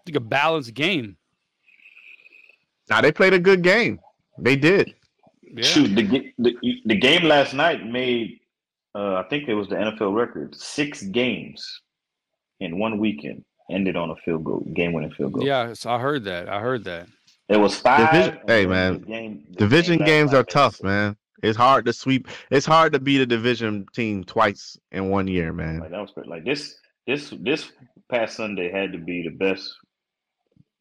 A: Like a balanced game.
C: Now they played a good game. They did.
A: Yeah.
B: Shoot, the, ga- the the game last night made uh, I think it was the NFL record. Six games in one weekend ended on a field goal, game winning field goal.
A: Yeah, so I heard that. I heard that.
B: it was five.
C: Division-
B: and
C: hey,
B: then
C: man,
B: the game, the
C: Division
B: game last
C: games
B: night
C: are
B: made
C: tough,
B: six.
C: man. It's hard to sweep. It's hard to beat a division team twice in one year, man.
B: Like that was pretty, like this this this past Sunday had to be the best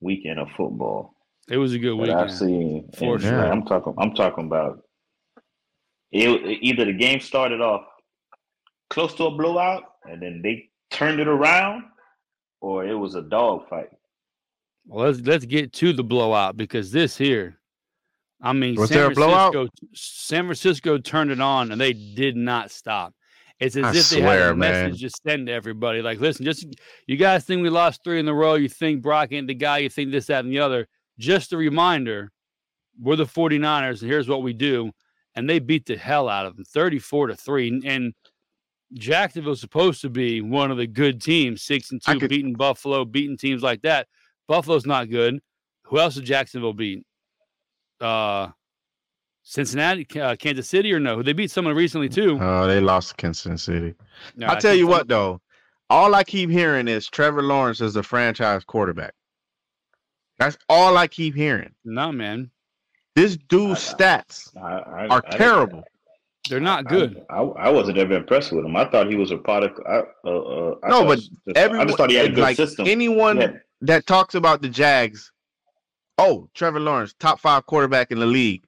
B: weekend of football
A: It was a good
B: that I've
A: weekend.
B: seen.
A: For
B: And,
C: sure.
B: like, I'm talking. I'm talking about it, either the game started off close to a blowout, and then they turned it around, or it was a dog fight.
A: Well, let's let's get to the blowout because this here, I mean,
C: Was
A: San
C: there a blowout?
A: Francisco, San Francisco turned it on and they did not stop. It's as
C: I
A: if they had
C: swear,
A: a
C: man.
A: message to send to everybody. Like, listen, just you guys think we lost three in a row. You think Brock ain't the guy. You think this, that, and the other. Just a reminder, we're the 49ers, and here's what we do. And they beat the hell out of them, 34 to three. And- And Jacksonville's supposed to be one of the good teams, six and
C: I
A: two,
C: could-
A: beating Buffalo, beating teams like that. Buffalo's not good. Who else did Jacksonville beat? Uh, Cincinnati, K- uh, Kansas City, or no? They beat someone recently too.
C: Oh, they lost to Kansas City.
A: No,
C: I'll
A: I
C: tell
A: think
C: you
A: some-
C: what, though. All I keep hearing is Trevor Lawrence is the franchise quarterback. That's all I keep hearing.
A: No, man,
C: This dude's
B: I-
C: stats
B: I, I,
C: are
B: I didn't-
C: terrible.
A: they're not good.
B: I, I wasn't ever impressed with him. I thought he was a product. I, uh, uh, I
C: No,
B: thought-
C: but
B: just- I
C: Everyone,
B: just thought he had a good
C: like,
B: system.
C: Anyone
B: Yeah.
C: that talks about the Jags, oh, Trevor Lawrence, top five quarterback in the league.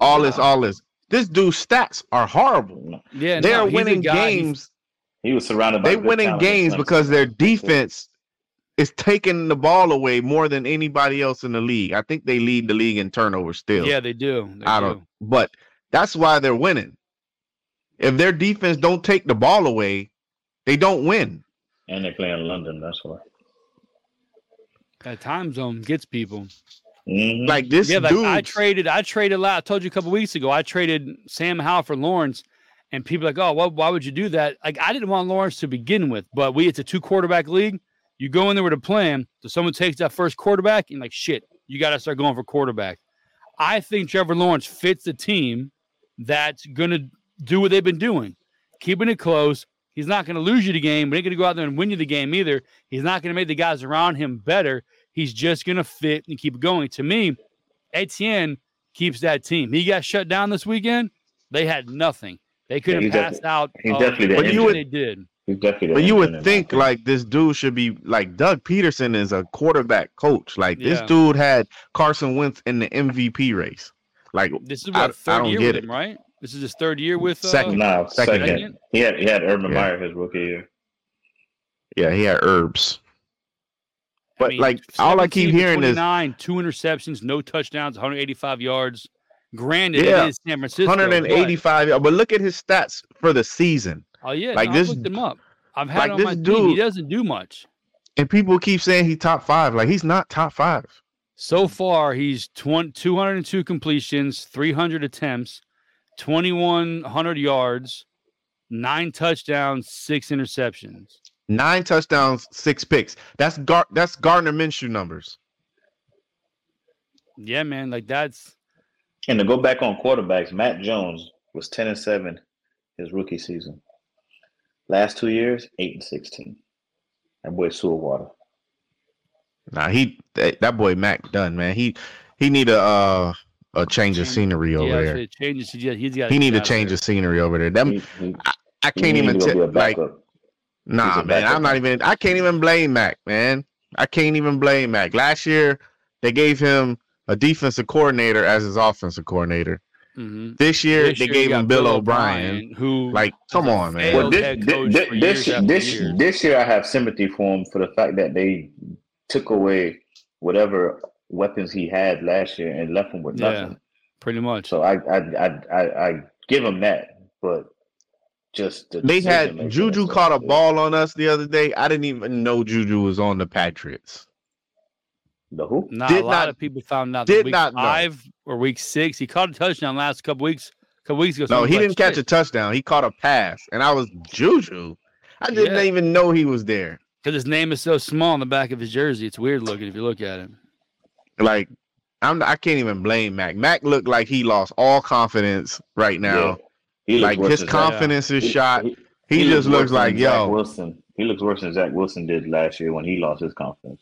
C: All this, all this. This dude's stats are horrible.
B: No.
A: Yeah,
C: They
A: no,
C: are
A: uh, he's a
C: winning
A: guy, he's-
C: games.
B: He was surrounded by.
C: They
B: good
C: winning
B: talent in
C: games
B: Clemson.
C: because their defense is taking the ball away more than anybody else in the league. I think they lead the league in turnovers still.
A: Yeah, they do. They
C: I
A: do.
C: don't. But that's why they're winning. If their defense don't take the ball away, they don't win.
B: and they play in London. That's why.
A: That time zone gets people.
B: Mhm.
C: Like this
A: yeah, like
C: dude.
A: I traded, I traded a lot. I told you a couple weeks ago, I traded Sam Howell for Lawrence, and people are like, oh, why, why would you do that? Like, I didn't want Lawrence to begin with, but we it's a two quarterback league. You go in there with a plan, so someone takes that first quarterback, and like, shit, you got to start going for quarterback. I think Trevor Lawrence fits the team that's gonna do what they've been doing, keeping it close. He's not going to lose you the game, but he ain't going to go out there and win you the game either. He's not going to make the guys around him better. He's just going to fit and keep going. To me, Etienne keeps that team. He got shut down this weekend. They had nothing. They couldn't
B: he's
A: pass
B: definitely-
A: out.
B: he's
A: uh,
B: definitely the
A: what
C: engine.
A: they did.
B: He's definitely the
C: But you
B: engine in my
C: would think
B: opinion.
C: like this dude should be like Doug Peterson is a quarterback coach. Like this
A: Yeah.
C: dude had Carson Wentz in the MVP race. Like
A: This is
C: I-
A: what
C: I
A: third
C: don't
A: year
C: get
A: with
C: it.
A: him, right? This is his third year with uh,
C: Second.
B: no
C: Second.
B: second. He had he had Urban
C: Yeah.
B: Meyer his rookie year.
C: yeah, he had herbs. But, like, all I keep
A: 17 for
C: hearing is-
A: 29, two interceptions, no touchdowns, 185 yards. Granted,
C: Yeah.
A: it is San Francisco. but-
C: 185. But look at his stats for the season.
A: Oh yeah,
C: Like
A: like
C: this-
A: this. I've looked him up. I've had
C: like
A: him on
C: this
A: my team. He
C: dude-
A: doesn't do much
C: And people keep saying he top five. Like he's not top five.
A: so far. He's 20, 202 completions, three hundred attempts, twenty one hundred yards, nine touchdowns, six interceptions.
C: Nine touchdowns, six picks. That's Gar- that's Gardner Minshew numbers.
A: Yeah, man, like that's
B: And to go back on quarterbacks, Matt Jones was ten and seven his rookie season. Last two years, eight and sixteen. That boy sewer water.
C: Nah, he that, that boy Mac done man. He he need a uh, a change of scenery over
A: yeah,
C: there.
A: it changes. He's got- he's got
C: He need a
A: out
C: change
A: there.
C: of scenery over there. That
B: He- he-
C: Um, I
B: he
C: can't
B: need
C: even
B: to go
C: t-
B: be a
C: like
B: backup.
C: nah
B: a
C: man.
B: backup.
C: I'm not even. I can't even blame Mac man. I can't even blame Mac. Last year they gave him a defensive coordinator as his offensive coordinator.
A: Mhm.
C: This year
A: This
C: they
A: year
C: gave
A: you
C: him
A: got
C: Bill, O'Brien.
A: who
C: Like come on man.
B: Well,
A: failed
B: this,
A: head coach
B: this,
A: for
B: this,
A: years after
B: this,
A: years.
B: this year, I have sympathy for him for the fact that they took away whatever weapons he had last year and left him with
A: Yeah.
B: nothing.
A: pretty much.
B: So I, I, I, I, I give him that, but just the
C: They had
B: decision-making
C: Juju
B: is-
C: caught a ball on us the other day. I didn't even know Juju was on the Patriots.
B: The who?
A: Not
C: Did
A: a lot
C: not-
A: of people found out.
C: did
A: that week
C: not know.
A: five or week six. He caught a touchdown last couple weeks. Couple weeks ago.
C: No,
A: someone
C: he
A: was like,
C: didn't catch
A: "Shit."
C: a touchdown. He caught a pass, and I was Juju. I didn't
A: Yeah.
C: even know he was there.
A: Because his name is so small on the back of his jersey, it's weird looking if you look at it.
C: Like I'm, I can't even blame Mac. Mac looked like he lost all confidence right now.
B: Yeah. He looks
C: like
B: worse
C: his
B: than Zach-
C: confidence is shot.
B: He,
C: He,
B: he
C: just
B: worse
C: looks like
B: than Zach
C: yo,
B: Wilson. He looks worse than Zach Wilson did last year when he lost his confidence.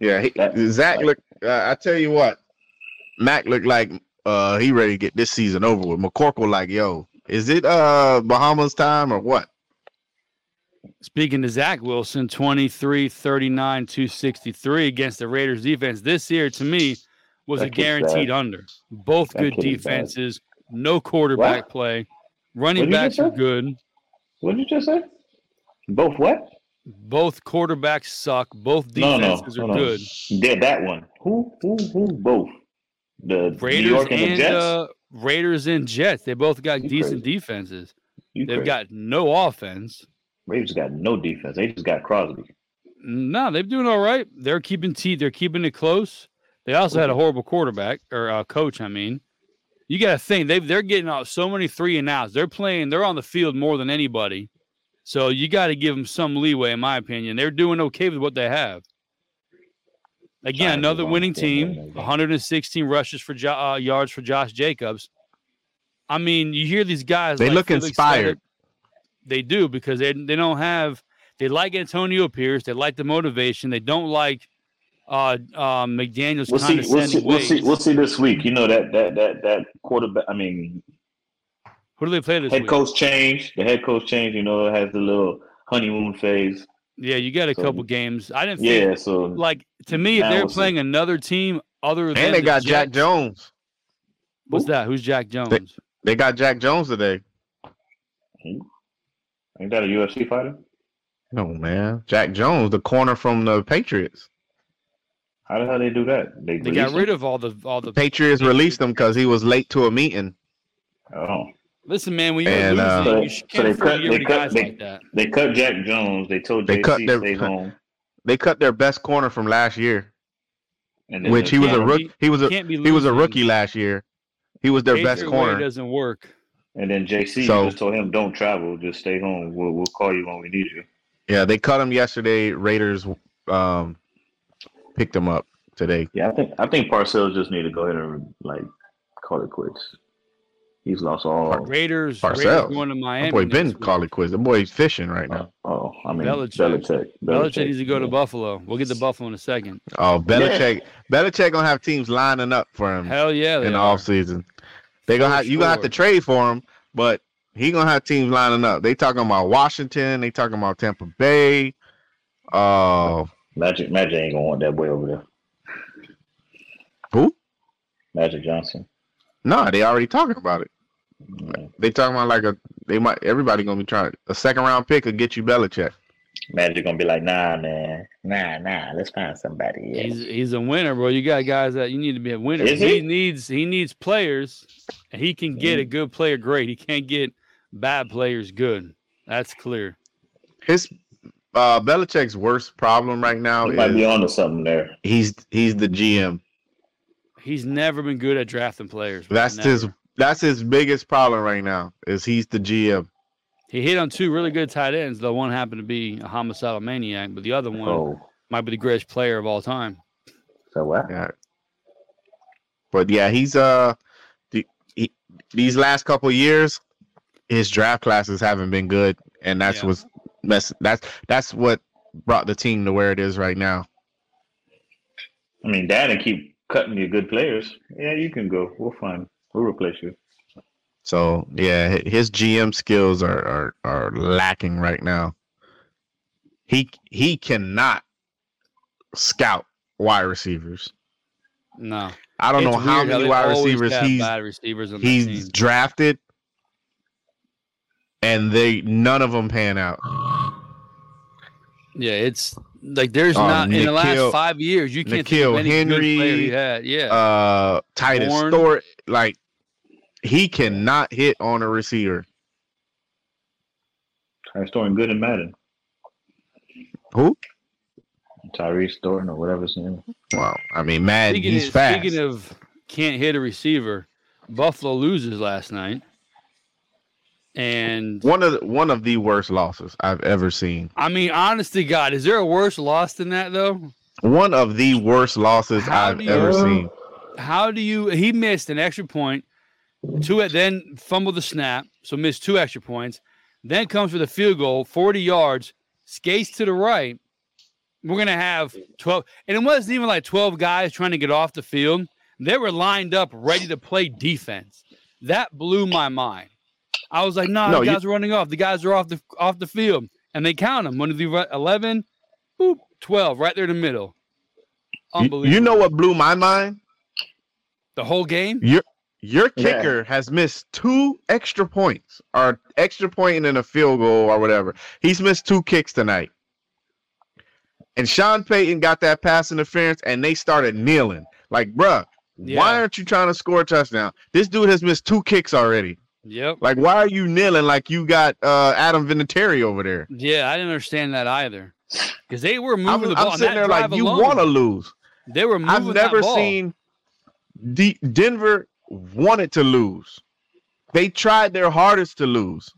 C: yeah. He,
B: That-
C: Zach
B: like-
C: look. Uh, I tell you what, Mac looked like uh he ready to get this season over with. McCorkle like yo, is it uh Bahamas time or what?
A: Speaking to Zach Wilson, 23 39, 263 against the Raiders defense this year, to me, was
B: That
A: a
B: kid's
A: guaranteed
B: bad.
A: under. Both
B: That
A: good
B: kid is bad.
A: defenses, no quarterback
B: What?
A: play,
B: What'd
A: running
B: you
A: backs
B: just
A: are
B: say?
A: good.
B: What did you just say? Both what?
A: Both quarterbacks suck. Both
B: No, no,
A: defenses
B: no,
A: are
B: no.
A: good.
B: Did that one? Who? Who? Who? Both? The New
A: Raiders
B: York and,
A: and,
B: the Jets.
A: uh, Raiders and Jets. They both got
B: You
A: decent defenses.
B: You
A: They've
B: crazy.
A: got no offense.
B: Raiders got no defense. They just got Crosby.
A: No, they're doing all right. They're keeping T. They're keeping it close. They also had a horrible quarterback or uh, coach. I mean, you got to think they they're getting out so many three and outs. They're playing. They're on the field more than anybody. So you got to give them some leeway, in my opinion. They're doing okay with what they have. Again,
B: Giants are
A: another
B: on the
A: winning
B: field more than
A: team.
B: anybody.
A: 116 rushes for jo- uh, yards for Josh Jacobs. I mean, you hear these guys.
C: They
A: like
C: look
A: Felix said,
C: inspired.
A: They do because they they don't have they like Antonio Pierce. They like the motivation. They don't like uh, uh, McDaniel's
B: We'll see. We'll see,
A: condescending
B: we'll see.
A: ways.
B: We'll see this week. You know that that that that quarterback. I mean,
A: Who do they play this
B: head
A: week?
B: coach change. The head coach change. You know, it has the little honeymoon phase.
A: Yeah, you got a
B: So-
A: couple games. I didn't think
B: Yeah. So
A: like to me if
B: Now
A: they're
B: we'll see.
A: playing another team other than
C: And they
A: the
C: got Jack
A: Jets-
C: Jones.
A: What's that? Who's Jack Jones?
C: They got Jack Jones today.
B: ain't that a UFC fighter?
C: No man, Jack Jones, the corner from the Patriots.
B: How the hell they do that? They,
A: they got
B: released
A: rid of all the all the.
C: Patriots released him because he was late to a meeting.
B: him? Oh.
A: Listen, man, when you're
C: And, uh,
A: losing, you
B: So-
A: can't
B: so they
A: afford
B: cut-
A: to get rid
B: they
A: of
B: cut-
A: guys
B: they-
A: like that.
B: They cut Jack Jones. They told
C: They
B: JC
C: cut their-
B: stay home.
C: They cut their best corner from last year.
B: And then
C: which he was a
A: can't
C: rook.
A: be-
C: He was a
A: Can't be
C: he was a
A: losing.
C: rookie last year. He was their
A: Either
C: best
A: way,
C: corner.
A: It doesn't work.
B: And then JC
C: So-
B: just told him, "Don't travel, just stay home. We'll, we'll call you when we need you."
C: Yeah, they cut him yesterday. Raiders um picked him up today.
B: Yeah, I think I think Parcells just need to go ahead and like call it quits. He's lost all.
A: Raiders, Raiders
C: Parcells.
A: going to Miami.
C: That boy Ben
A: next week.
C: call it quits. The boy's fishing right now.
B: Oh, I mean
A: Belichick.
B: Belichick. Belichick.
A: Belichick needs to go to
B: Yeah.
A: Buffalo. We'll get to Buffalo in a second.
C: Oh, Belichick. Belichick gonna have teams lining up for him
A: Hell yeah, they
C: in the
A: are.
C: off season. They gonna
A: For
C: have, you gonna have to
A: sure.
C: trade for him, but he gonna have teams lining up. They talking about Washington. They talking about Tampa Bay. Uh,
B: Magic. Magic ain't gonna want that boy over there.
C: Who?
B: Magic Johnson.
C: no, they already talking about it.
B: Yeah.
C: They talking about like a they might everybody gonna be trying a second round pick will get you Belichick.
B: Magic gonna be like, nah, man, nah, nah. Let's find somebody. Yeah.
A: He's he's a winner, bro. You got guys that you need to be a winner.
B: Is he?
A: needs he needs players, and he can get a
C: Mm-hmm.
A: good player great. He can't get bad players good. That's clear.
C: His uh Belichick's worst problem right now
B: He might be
C: is
B: onto something there.
C: he's he's the GM.
A: He's never been good at drafting players. bro.
C: That's
A: Never.
C: his that's his biggest problem right now is he's the GM.
A: He hit on two really good tight ends, though one happened to be a homicidal maniac, but the other one
B: Oh,
A: might be the greatest player of all time.
B: so what?
C: Yeah. But yeah, he's uh the, he, these last couple years his draft classes haven't been good and that's
A: Yeah.
C: what's mess that's that's what brought the team to where it is right now.
B: I mean, Dad, and keep cutting your good players. Yeah, you can go. We'll find. We'll replace you.
C: So yeah, hi- his GM skills are are, are lacking right now. He he cannot scout wide receivers.
A: No,
C: I don't know how many wide receivers he's
A: bad receivers on he's,
C: he's drafted, and they none of them pan out.
A: Yeah, it's like there's
C: Um,
A: not in the
C: Nikhil-
A: last five years you can't
C: Nikhil
A: think of any good player
C: Henry,
A: he had. Yeah,
C: Uh, Titus
A: Warren.
C: Thor, like he cannot hit on a receiver.
B: Tyrese Thornton, good and Madden.
C: Who?
B: Tyrese Thornton or whatever his name. is.
C: Well, I mean, Madden, he's
A: of,
C: fast.
A: Speaking of can't hit a receiver, Buffalo loses last night, and
C: one of the, one of the worst losses I've ever seen.
A: I mean, honest to God, is there a worse loss than that though?
C: One of the worst losses
A: How
C: I've
A: do you-
C: ever seen.
A: How do you? He missed an extra point, two at then fumbled the snap, so missed two extra points. Then comes with a field goal, forty yards, skates to the right. We're gonna have twelve, and it wasn't even like twelve guys trying to get off the field. They were lined up, ready to play defense. That blew my mind. I was like, nah,
C: No,
A: the
C: you-
A: guys are running off. The guys are off the off the field, and they count them. One of the ru- eleven, boop, twelve, right there in the middle.
C: You,
A: Unbelievable.
C: you know what blew my mind?
A: the whole game.
C: Your
B: Yeah.
C: kicker has missed two extra points, or extra point and then a field goal, or whatever. He's missed two kicks tonight. And Sean Payton got that pass interference, and they started kneeling. Like, bruh, why
A: Yeah.
C: aren't you trying to score a touchdown? This dude has missed two kicks already.
A: Yep.
C: Like, why are you kneeling like you got uh, Adam Vinatieri over there?
A: Yeah, I didn't understand that either. Because they were moving
C: I'm,
A: the
C: I'm
A: ball.
C: sitting there like, you want to lose.
A: to. They were moving
C: I've never
A: that ball.
C: seen D- Denver wanted to lose. They tried their hardest to lose,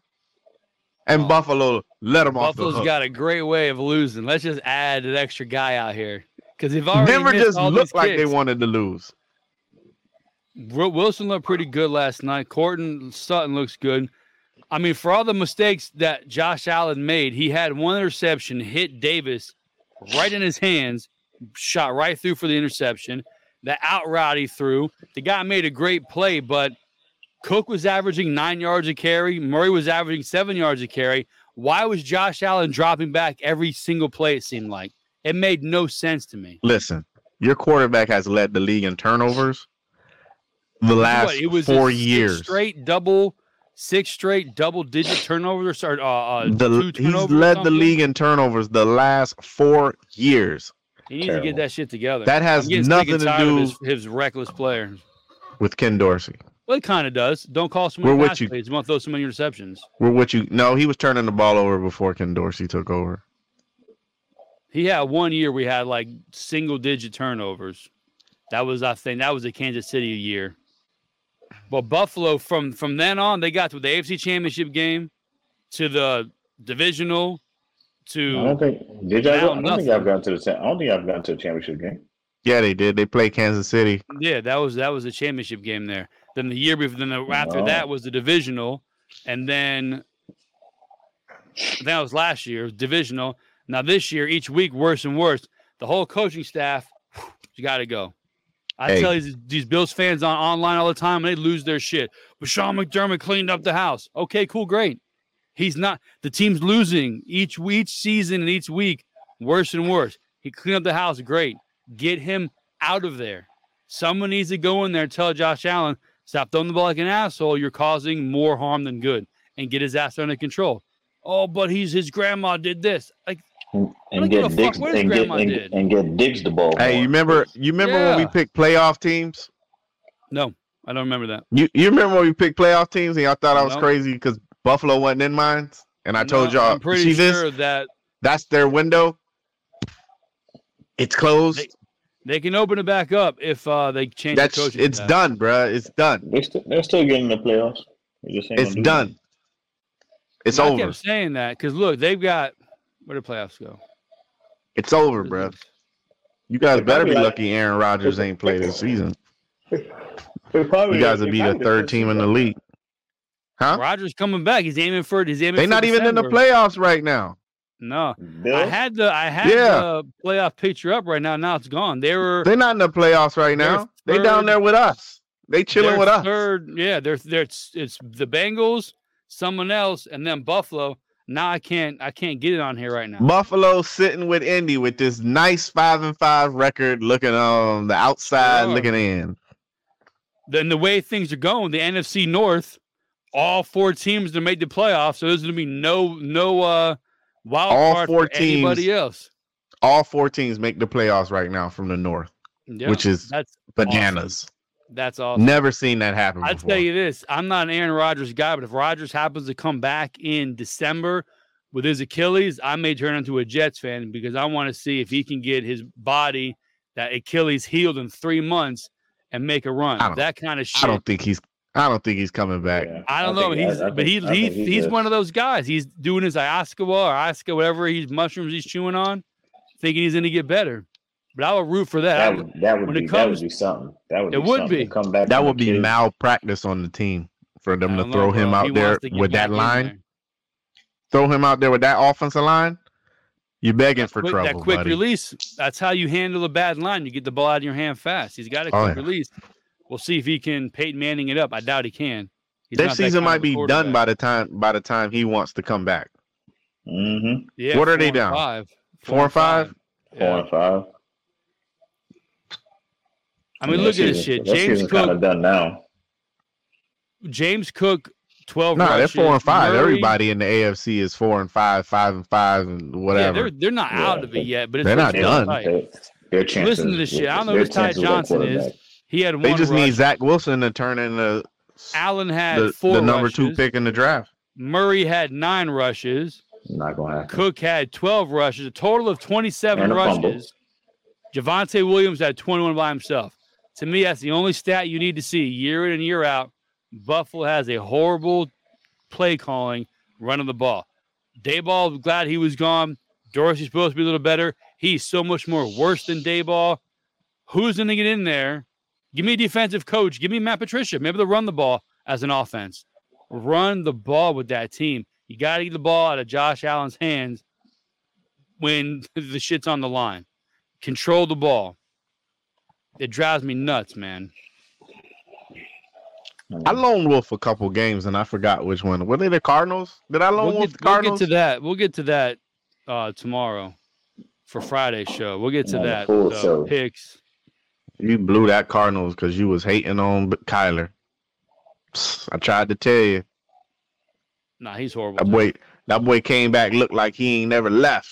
C: and
A: Oh.
C: Buffalo let them off
A: Buffalo's
C: the hook.
A: got a great way of losing. Let's just add an extra guy out here. Because they've already
C: Denver
A: missed
C: just
A: all
C: looked
A: these
C: like they
A: kicks.
C: wanted to lose.
A: Wil- Wilson looked pretty good last night. Corton Sutton looks good. I mean, for all the mistakes that Josh Allen made, he had one interception, hit Davis right in his hands, shot right through for the interception. The out route he threw. The guy made a great play, but Cook was averaging nine yards a carry. Murray was averaging seven yards a carry. Why was Josh Allen dropping back every single play? It seemed like it made no sense to me.
C: Listen, your quarterback has led the league in turnovers the last
A: What, it was a
C: four
A: six
C: years.
A: Straight double, six straight double digit turnovers. Sorry, uh, uh,
C: The,
A: two
C: he's
A: turnovers or
C: led the
A: something?
C: league in turnovers the last four years.
A: He needs to
B: Terrible.
A: get that shit together.
C: That
A: I'm
C: has
A: getting sick
C: nothing
A: and
C: to
A: tired
C: do
A: of his, his reckless player.
C: with Ken Dorsey.
A: Well, it kind of does. Don't call so
C: We're
A: many
C: with
A: pass
C: you.
A: plays. You want to throw so many interceptions.
C: Well, what you? No, he was turning the ball over before Ken Dorsey took over.
A: He had one year we had like single digit turnovers. That was I think that was the Kansas City year. But Buffalo from from then on they got to the AFC Championship game, to the divisional,
B: I
A: to
B: don't think did y'all,
A: Now
B: go- I don't think
A: nothing.
B: y'all gotten to the cha- I don't think y'all gotten to the championship game.
C: Yeah, they did. They played Kansas City.
A: Yeah, that was that was a championship game there. Then the year before, then the, after
B: Wow.
A: that was the divisional, and then that was last year was divisional. Now this year, each week worse and worse. The whole coaching staff, you got to go. I
C: Hey.
A: tell these these Bills fans on online all the time, and they lose their shit. But Sean McDermott cleaned up the house. Okay, cool, great. He's not. The team's losing each each season and each week, worse and worse. He cleaned up the house. Great. Get him out of there. Someone needs to go in there and tell Josh Allen, stop throwing the ball like an asshole. You're causing more harm than good and get his ass under control. Oh, but he's his grandma did this. Like,
B: And,
A: don't
B: and
A: give a
B: get
A: fuck
B: Dix
A: what his
B: and get
A: grandma
B: and,
A: did.
B: and get Dix the ball.
C: Hey,
B: more.
C: you remember? You remember when we
A: Yeah.
C: picked playoff teams?
A: no, I don't remember that.
C: You you remember when we picked playoff teams and y'all thought I was
A: No.
C: crazy because Buffalo wasn't in mine? And I told
A: No,
C: y'all,
A: I'm pretty
C: see
A: sure
C: this?
A: that
C: That's their window. It's closed.
A: They- they can open it back up if uh, they change
C: That's
A: the coaching.
C: it's
A: staff.
C: done, bruh. It's done.
B: They're still, they're still getting the playoffs. They just ain't
C: It's
B: gonna do
C: done. It's
A: I
C: over.
A: kept saying that because look, they've got where the playoffs go.
C: It's over, bruh. You guys
B: They
C: better be
B: probably-
C: lucky Aaron Rodgers ain't played this season.
B: They probably-
C: You guys would
B: they
C: be the
B: probably
C: third
B: just-
C: team in the league. Huh?
A: Rogers coming back. He's aiming for. He's aiming.
C: They're
A: for
C: not even in the
A: December.
C: playoffs right now.
A: No, I
B: Bill,
A: had the I had
C: Yeah.
A: the playoff picture up right now. Now it's gone. They were
C: They're not in the playoffs
A: They're
C: right now. They down
A: third-
C: there with us. They chilling
A: they're
C: with us.
A: Third, yeah, they're they're it's, it's the Bengals, someone else, and then Buffalo. Now I can't I can't get it on here right now.
C: Buffalo sitting with Indy with this nice five and five record, looking on the outside,
A: Sure.
C: looking in.
A: then the way things are going, the NFC North, all four teams that made the playoffs, so there's gonna be no no uh wild
C: All
A: card
C: four
A: for anybody
C: teams.
A: else.
C: All four teams make the playoffs right now from the north,
A: Yeah,
C: which is
A: that's
C: bananas.
A: that's awesome.
C: Never seen that happen
A: I
C: before.
A: tell you this, I'm not an Aaron Rodgers guy, but if Rodgers happens to come back in December with his Achilles, I may turn into a Jets fan because I want to see if he can get his body that Achilles healed in three months and make a
C: I
A: run.
C: don't-
A: That kind of shit.
C: I don't think he's. I don't think he's coming back.
B: yeah,
A: I don't know.
B: think-
A: he's
B: I- I
A: but he,
B: think- I
A: he
B: think
A: he's,
B: just-
A: one of those guys. He's doing his ayahuasca or ayahuasca, whatever he's mushrooms he's chewing on, thinking he's going to get better. But I would root for that. I
B: that
A: would-
B: would that would
A: when it
B: be that
A: comes-
B: would be something. That would
A: it
B: be
A: would
B: something to
A: be.
B: come back.
C: That
B: from
C: would be
B: Achilles.
C: malpractice on the team for them
A: I
C: to
A: don't know,
C: throw him
A: bro. He
C: out
A: wants
C: there
A: to get
C: with
A: back
C: that
A: in
C: line.
A: there.
C: Throw him out there with that offensive line. You're begging for
A: Quick-
C: trouble,
A: that quick
C: buddy.
A: release. That's how you handle a bad line. You get the ball out of your hand fast. He's got a
C: Oh,
A: quick
C: yeah.
A: release. We'll see if he can Peyton Manning it up. I doubt he can. He's
C: Their
A: not that
C: season
A: kind
C: might
A: of a
C: be done by
A: quarterback.
C: the time by the time he wants to come back.
B: Mhm.
A: Yeah,
C: what are they
A: four and
C: down?
A: Five.
C: Four and five?
B: Four
A: Yeah.
B: and five.
A: I mean, look at this shit. James
B: kind
A: Cook.
B: of done now.
A: James Cook. Twelve.
C: No, they're four and
A: rushes.
C: five.
A: Murray-
C: Everybody in the AFC is four and five, five and five, and
A: Yeah,
C: whatever.
A: they're they're not
B: Yeah,
A: out of it yet, but it's
C: They're not
A: it's
C: done.
A: tight.
B: Their- Their chances.
A: Listen to this shit. I don't know
B: their
A: who Ty
B: chances at
A: Johnson is.
B: quarterback.
A: He had one.
C: they just
A: rush.
C: need Zach Wilson to turn into
A: Allen had
C: the,
A: four.
C: the number two
A: rushes.
C: pick in the draft.
A: Murray had nine rushes.
B: Not gonna happen.
A: Cook had 12 rushes, a total of 27
B: And a fumble.
A: rushes. Javante Williams had 21 by himself. To me, that's the only stat you need to see year in and year out. Buffalo has a horrible play calling, running the ball. Dayball, glad he was gone. Dorsey's supposed to be a little better. He's so much more worse than Dayball. Who's going to get in there? Give me a defensive coach. Give me Matt Patricia. Maybe they'll run the ball as an offense. Run the ball with that team. You got to get the ball out of Josh Allen's hands when the shit's on the line. Control the ball. It drives me nuts, man.
C: I lone wolf a couple games and I forgot which one. Were they the Cardinals? Did I lone
A: We'll
C: wolf
A: get,
C: the
A: we'll get
C: Cardinals?
A: to that. We'll get to that uh, tomorrow for Friday's show. We'll get to
B: Yeah,
A: that.
B: cool,
A: uh,
B: so-
A: picks.
C: you blew that Cardinals because you was hating on B- Kyler. Psst, I tried to tell you
A: Nah, he's horrible.
C: that
A: too.
C: boy. That boy came back looked like he ain't never left.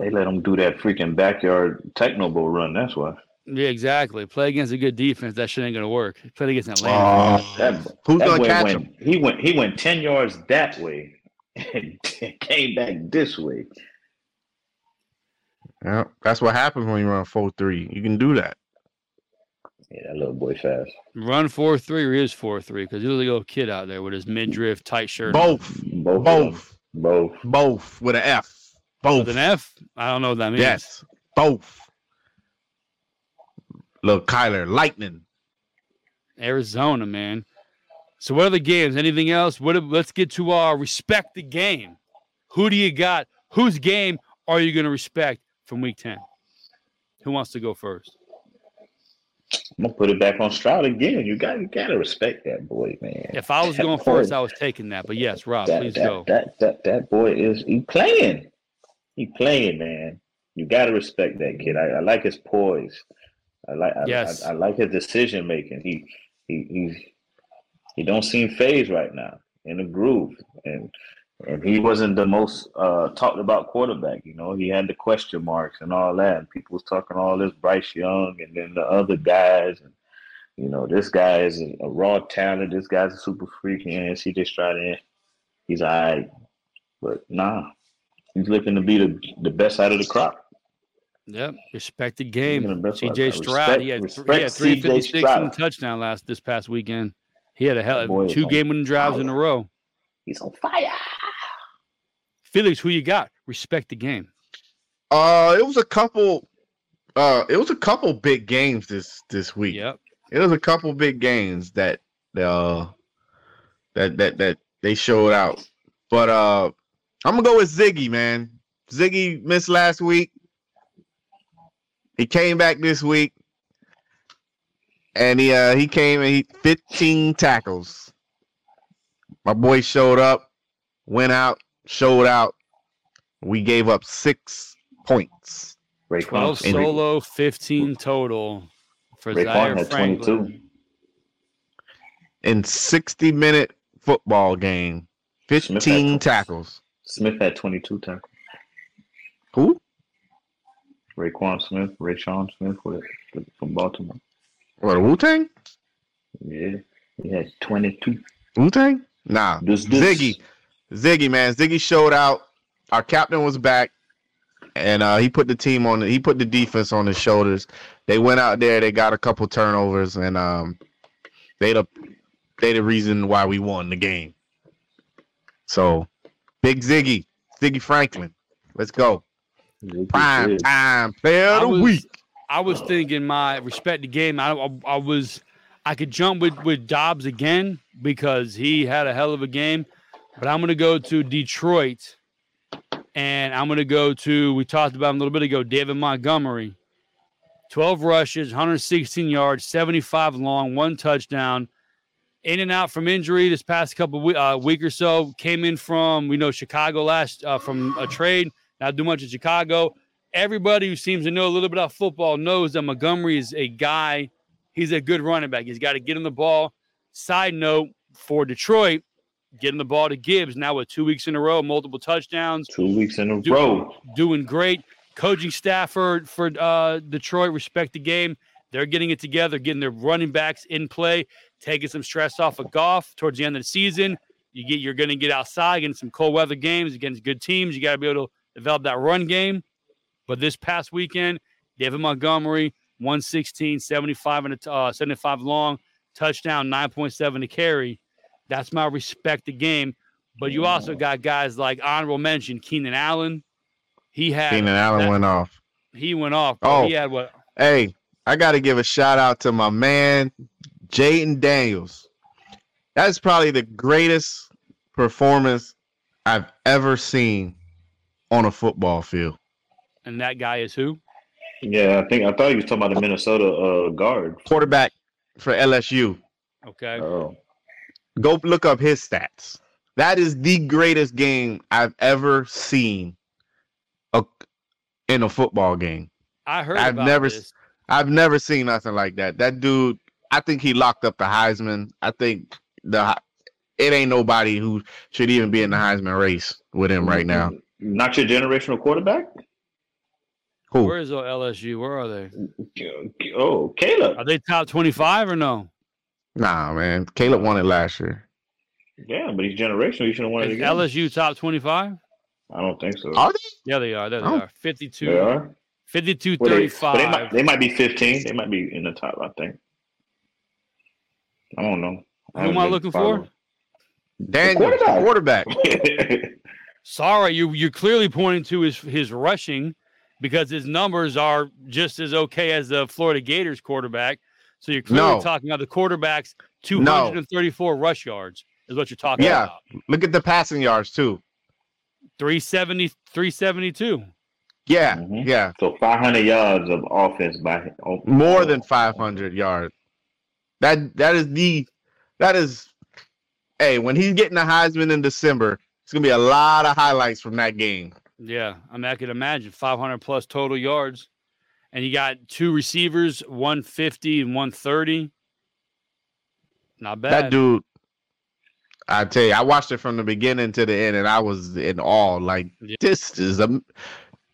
B: They let them do that freaking backyard technobo run. That's why.
A: Yeah, exactly. Play against a good defense. That shit ain't gonna work. Play against Atlanta.
C: Oh,
B: That
C: who's
B: that
C: gonna
B: boy
C: catch
B: went,
C: him?
B: He went he went ten yards that way and came back this way.
C: Yeah, that's what happens when you run four three. You can do that.
B: Yeah, that little boy fast.
A: Run four three or is four three because he's a little kid out there with his mid drift tight shirt. on.
C: Both,
B: Both. of them.
C: both,
B: Both.
C: both with an F. Both.
A: With an F, I don't know what that means.
C: Yes, both. Little Kyler Lightning.
A: Arizona, man. So what are the games? Anything else? What? Let's get to our respect the game. Who do you got? Whose game are you going to respect from Week Ten? Who wants to go first?
B: I'm gonna put it back on Stroud again. You got you gotta respect that boy, man.
A: If I was
B: That
A: going
B: boy-
A: first, I was taking that. But yes, Rob,
B: that,
A: please
B: that,
A: go.
B: That, that that boy is he playing. He playing, man. You gotta respect that kid. I, I like his poise. I like I,
A: Yes.
B: I, I like his decision making. He he he's he don't seem phased right now in the groove. And and he wasn't the most uh, talked about quarterback, you know. He had the question marks and all that. And people was talking all this Bryce Young and then the other guys and you know, this guy is a raw talent. This guy's a super freak, and he just tried in. He's all right. But nah, he's looking to be the, the best out of the crop.
A: Yep, respect the
B: He's
A: game.
B: looking the best out.
A: CJ Stroud, he had, th- he had
B: respect CJ
A: 356
B: Stroud.
A: and a touchdown last this past weekend. He had a hell
B: Boy,
A: two
B: oh,
A: game winning drives in a rorow.
B: He's on fire.
A: Felix, who you got? Respect the game.
C: Uh, it was a couple. Uh, it was a couple big games this this week.
A: Yep.
C: It was a couple big games that uh that that that they showed out. But uh, I'm gonna go with Ziggy, man. Ziggy missed last week. He came back this week, and he uh he came and he 15 tackles. My boy showed up, went out, showed out. We gave up six points.
A: 12
B: Raekwon,
A: solo, 15 total for Zaire
B: Raekwon had
A: Franklin.
B: 22.
C: in 60 minute football game. 15
B: Smith had-
C: tackles.
B: Smith had 22 tackles.
C: Who?
B: Raekwon Smith, Rayshawn Smith with, from Baltimore.
C: What, Wu Tang?
B: Yeah, he had 22.
C: Wu Tang? Nah.
B: This, this-
C: Ziggy. Ziggy, man. Ziggy showed out. Our captain was back. And uh, he put the team on he put the defense on his shoulders. They went out there, they got a couple turnovers, and um they the they the reason why we won the game. So big Ziggy, Ziggy Franklin. Let's go.
B: Ziggy
C: Prime
B: did.
C: time player
A: I
C: of the
A: was-
C: week.
A: I was thinking my respect the game. I, I I was I could jump with with Dobbs again because he had a hell of a game, but I'm gonna go to Detroit, and I'm gonna go to we talked about him a little bit ago, David Montgomery, 12 rushes, 116 yards, 75 long, one touchdown. In and out from injury this past couple we- uh, week or so. Came in from we know Chicago last uh, from a trade. Not do much in Chicago everybody who seems to know a little bit about football knows that Montgomery is a guy. He's a good running back. He's got to get him the ball. Side note for Detroit, getting the ball to Gibbs now with two weeks in a row, multiple touchdowns,
B: Two weeks in a
A: Dude.
B: row.
A: doing great. Coaching staff for, for uh, Detroit respect the game. They're getting it together, getting their running backs in play, taking some stress off of golf towards the end of the season. You get you're going to get outside, getting some cold weather games against good teams. You got to be able to develop that run game. But this past weekend, David Montgomery 116, 75 and a t- uh, 75 long touchdown, 9.7 to carry. That's my respect the game. But you also got guys like honorable mention Keenan Allen. He had
C: Keenan Allen
A: that-
C: went off.
A: he went off. bro.
C: Oh.
A: he had what
C: Hey, I got to give a shout out to my man, Jaden Daniels. That's probably the greatest performance I've ever seen on a football field.
A: and that guy is who?
B: Yeah, I think I thought he was talking about the Minnesota uh, guard.
C: Quarterback for LSU.
A: Okay.
C: Uh,
B: Oh,
C: Go look up his stats. That is the greatest game I've ever seen a, in a football game.
A: I heard
C: I've
A: about
C: never s-
A: this.
C: I've never seen nothing like that. That dude, I think he locked up the Heisman. I think the it ain't nobody who should even be in the Heisman race with him right now.
B: Not your generational quarterback?
C: Who?
A: Where is the LSU? Where are they?
B: Oh,
A: Are
B: Caleb.
A: they top 25 or no?
C: Nah, man. Caleb won it last year.
B: Yeah, but he's generational. You should have won it
A: Is
B: again.
A: LSU top 25?
B: I don't think so.
C: Are they?
A: Yeah, they are. There they
C: Oh.
A: are. 52,
B: They are.
A: 52
B: Well, they, but they, might,
A: 35.
B: they might be 15. They might be in the top, I think. I don't know.
A: Who am I looking for?
C: Daniel,
B: quarterback.
C: quarterback.
A: Sorry, you you're clearly pointing to his his rushing because his numbers are just as okay as the Florida Gators quarterback. So you're clearly
C: No.
A: talking about the quarterback's 234 rush yards is what you're talking
C: Yeah.
A: about.
C: Look at the passing yards too.
A: 370 372.
C: Yeah,
B: Mhm.
C: yeah.
B: so 500 yards of offense by oh,
C: More than 500 yards. That that is the that is. Hey, when he's getting the Heisman in December, it's gonna be a lot of highlights from that game.
A: Yeah, I mean I could imagine 500 plus total yards and you got two receivers, 150 and 130. Not bad.
C: That dude, I tell you, I watched it from the beginning to the end, and I was in awe. Like
A: Yeah.
C: this is a.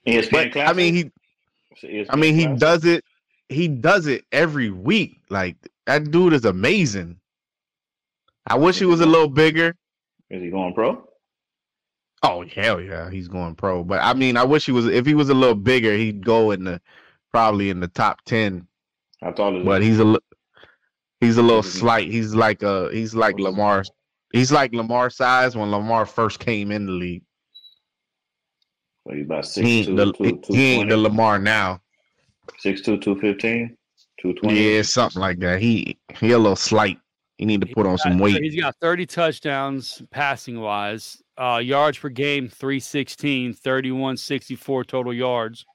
B: ESPN
C: But, I
B: Classic?
C: mean, he
B: It's E an ESPN
C: I mean, he
B: Classic?
C: does it. He does it every week. Like that dude is amazing. I wish he was a little bigger.
B: Is he going pro?
C: Oh hell yeah, he's going pro. But I mean, I wish he was. If he was a little bigger, he'd go in the probably in the top ten.
B: I thought it was
C: But he's a li- he's a little
B: Mhm.
C: slight. He's like a he's like Lamar. He's like Lamar size when Lamar first came in the league.
B: well, he's about six
C: He
B: two,
C: ain't the,
B: two, two,
C: he ain't the
B: twenty.
C: Lamar now.
B: Six two, two fifteen, two twenty.
C: Yeah, something like that. He he a little slight. He need to put on some
A: got-
C: weight.
A: He's got 30 touchdowns passing wise, uh, yards per game 316, 31, 64 total yards.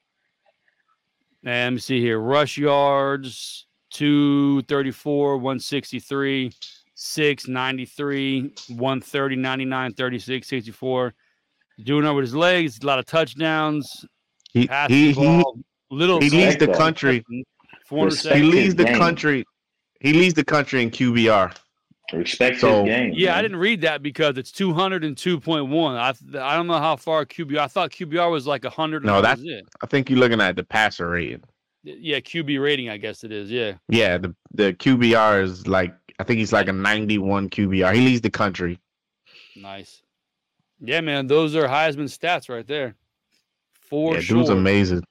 A: And let me see here rush yards 234, 163, 693, 130, 99, 36, 64. Doing over his legs, a lot of touchdowns,
C: He
A: passing
C: he,
A: the
C: he,
A: ball, little
C: he leads the
B: Respect that.
C: country.
A: 400
C: He
B: Respect
C: leads the
B: game.
C: country. He leads the country in QBR.
B: Respect
C: So-
B: his game.
A: Yeah, I
B: man.
A: didn't read that because it's 202.1. I th- I don't know how far QBR. I thought QBR was like 100. and
C: No,
A: that was it.
C: I think you're looking at the passer rating.
A: Y- Yeah, QB rating, I guess it is. Yeah.
C: Yeah, the the QBR is like I think he's like a 91 QBR. He leads the country.
A: Nice. Yeah, man, those are Heisman stats right there. For
C: yeah,
A: sure.
C: dude's amazing.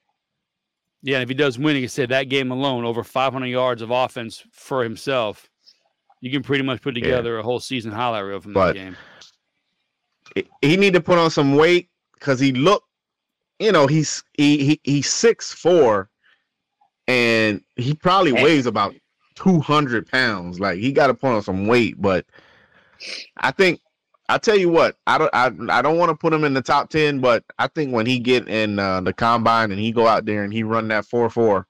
A: Yeah, and if he does win, he can say that game alone over 500 yards of offense for himself. You can pretty much put
C: Yeah.
A: together a whole season highlight reel from that
C: But-
A: game.
C: He- He need to put on some weight because he look, you know, he's he he he's six four, and he probably
B: Yeah.
C: weighs about 200 pounds. Like he got to put on some weight, but I think I tell you what, I don't I, I don't want to put him in the top 10, but I think when he get in uh, the combine and he go out there and he run that four four,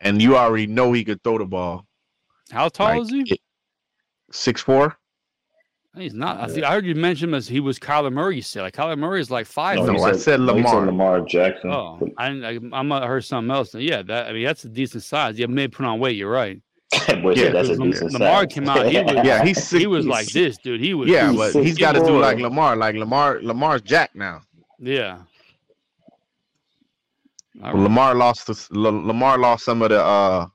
C: and you already know he could throw the ball.
A: How tall
C: Like,
A: is he?
C: it- Six four?
A: He's not. I, think, I heard you mention him as he was Kyler Murray. You said like Kyler Murray is like five.
C: No,
B: he
C: I said
B: no, he
C: Lamar.
B: Lamar Jackson.
A: Oh, I, didn't- I, I might have heard something else. Yeah, that I mean that's a decent size. Yeah, may put on weight. You're right.
B: Boy,
C: Yeah,
B: said that's a
A: Lam-
B: decent
A: Lamar
B: size.
A: came out, he was-
C: Yeah, he's six,
A: He was
C: he's
A: like this, dude. He was.
C: Yeah,
B: He's
C: but
B: six
C: he's got to do
B: four.
C: like Lamar. Like Lamar, Lamar's Jack now.
A: yeah. All right.
C: Lamar lost. The, La- Lamar lost some of the. uh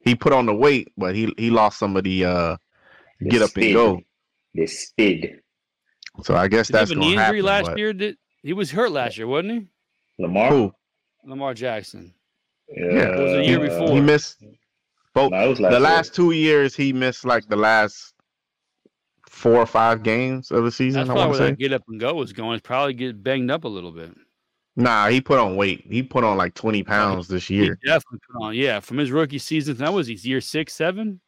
C: He put on the weight, but he he lost some of the uh
B: The
C: get up and
B: speed.
C: go.
B: The speed.
C: So I guess
A: Did he have
C: that's
A: a
C: gonna
A: knee injury
C: happen.
A: last
C: but-
A: year? Did he was hurt last year, wasn't
B: Lamar?
C: Who?
A: he? Lamar Jackson.
C: Yeah.
A: It was the year
B: Uh,
A: before.
C: He missed both
B: No, it was last
C: the
B: year.
C: last two years. He missed like the last four or five games of the
A: That's
C: season. I
A: probably
C: want
A: where
C: to say.
A: that get up and go was going. It's probably get banged up a little bit.
C: Nah, he put on weight. He put on like twenty pounds this
A: He
C: year.
A: definitely put on. Yeah, from his rookie season, that was his year six, seven.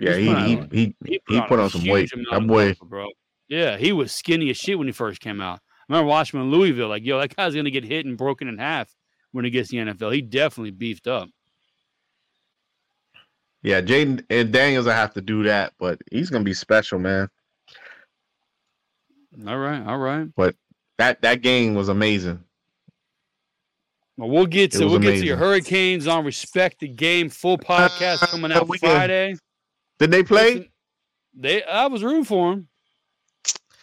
C: Yeah,
A: he's
C: he
A: put
C: he
A: on-
C: he, he
A: a
C: put on some
A: huge
C: weight.
A: amount
C: That
A: of
C: boy.
A: muscle, bro. Yeah, he was skinny as shit when he first came out. I remember watching him in Louisville. Like, yo, that guy's gonna get hit and broken in half when he gets to the NFL. He definitely beefed up.
C: Yeah, Jaden and Daniels. I have to do that, but he's gonna be special, man.
A: All right, all right.
C: That that game was amazing.
A: Well, we'll get
C: It
A: to
C: was
A: we'll get to your
C: amazing.
A: Hurricanes on Respect the Game full podcast
C: Uh,
A: coming out
C: we can
A: Friday.
C: Did they play?
A: Listen, They, I was rooting for him,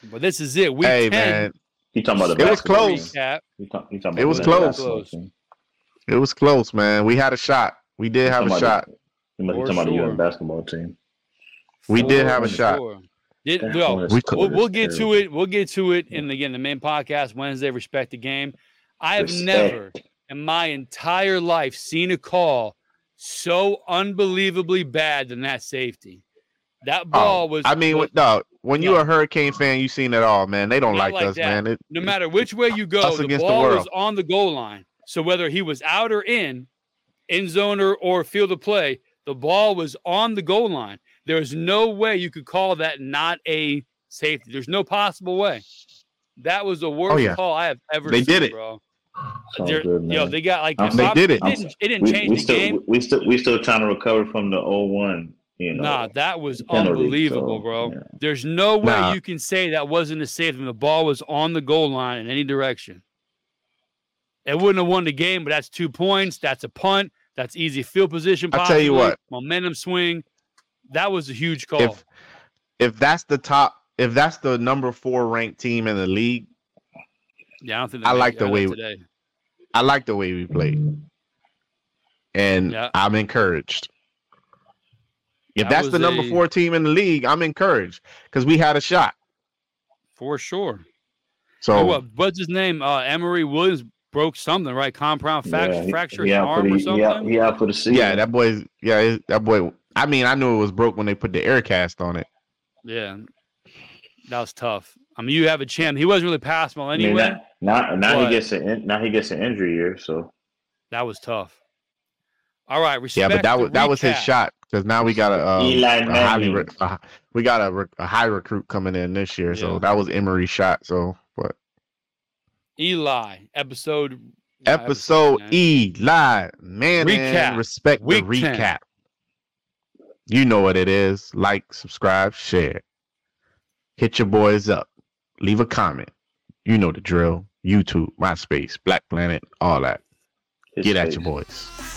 A: but this is it. Week
C: hey
A: 10
C: man,
B: You talking about the
C: It was
B: basketball
C: close.
B: team.
A: recap.
B: You talk- you talking
C: It
B: about
C: was
B: the
C: close.
B: basketball team.
C: it was close, man. We had a shot. We did have a
B: Somebody-
C: shot.
B: You must be
A: For
B: talking about the
A: sure.
B: U.S. basketball team.
C: We did
A: Four
C: have a
A: and
C: shot.
A: four. Did,
B: That
A: well,
B: was
C: we-
B: close.
A: we'll, we'll get to
B: Terrible.
A: it. We'll get to it. And again, the main podcast Wednesday. Respect the game. I have
B: Respect.
A: never in my entire life seen a call so unbelievably bad than that safety. That ball was.
C: Oh, I mean,
A: was-
C: with- no. When you
A: No.
C: a Hurricane fan, you seen it all, man. They don't
A: Not
C: like,
A: like
C: us,
A: that.
C: man. It,
A: no matter which way you go,
C: us
A: the
C: against the
A: ball was
C: world.
A: on the goal line. So whether he was out or in, end zone or, or field of play, the ball was on the goal line. There's no way you could call that not a safety. There's no possible way. That was the worst
C: Oh, yeah.
A: call I have ever
C: They
A: seen.
C: did it.
A: bro.
B: Sounds
A: They're-
B: Oh, good,
A: Yo,
B: man.
A: they got like
B: I'm
A: if
C: sorry.
A: I'm-
C: They did it.
B: I'm
A: Didn't, it didn't
B: we,
A: change
B: we
A: the
B: still,
A: game.
B: We still, we still trying to recover from the 01, you know.
A: Nah, that was
B: penalty,
A: unbelievable,
B: so,
A: bro.
B: yeah.
A: There's no way
C: Nah.
A: you can say that wasn't a safety when the ball was on the goal line in any direction. It wouldn't have won the game, but that's two points. That's a punt. That's easy field position.
C: I'll tell you
A: possibly,
C: what.
A: momentum swing. That was a huge call.
C: if if that's the top, if that's the number four ranked team in the league,
A: yeah, I don't think
C: I
A: they
C: like
A: made
C: the
A: it
C: way-
A: today.
C: I like the way we played, and
A: Yeah.
C: I'm encouraged. If
A: That
C: that's
A: was
C: the number
A: a-
C: four team in the league, I'm encouraged because we had a shot.
A: for sure.
C: So
A: And what, what's his name? Uh, Emery Williams broke something, right? Compound fact,
B: Yeah, he-
A: fracture
B: he
A: in the
B: out for
A: arm
B: the-
A: or
B: he out-
A: something.
B: He out for the season.
C: yeah, that boy's yeah, it- that boy. I mean, I knew it was broke when they put the air cast on it.
A: Yeah, that was tough. I mean, you have a champ. He wasn't really passable
B: I
A: anyway.
B: mean, now, now, now
A: but-
B: he gets an in- now he gets an injury year. So
A: That was tough. All right,
C: Yeah,
A: respect.
C: but that
A: the
C: was that was his
A: recap.
C: shot because now we got a, um,
B: Eli
C: a highly
B: Manning.
C: re- a- we got a, re- a high recruit coming in this year.
A: Yeah.
C: So that was Emory's shot. So what
A: Eli episode not
C: episode
A: nine.
C: Eli man
A: Recap.
C: respect
A: Week
C: the
A: 10.
C: recap. You know what it is. Like, subscribe, share. Hit your boys up. Leave a comment. You know the drill. YouTube, MySpace, Black Planet, all that.
B: his
C: Get at
B: face.
C: your boys.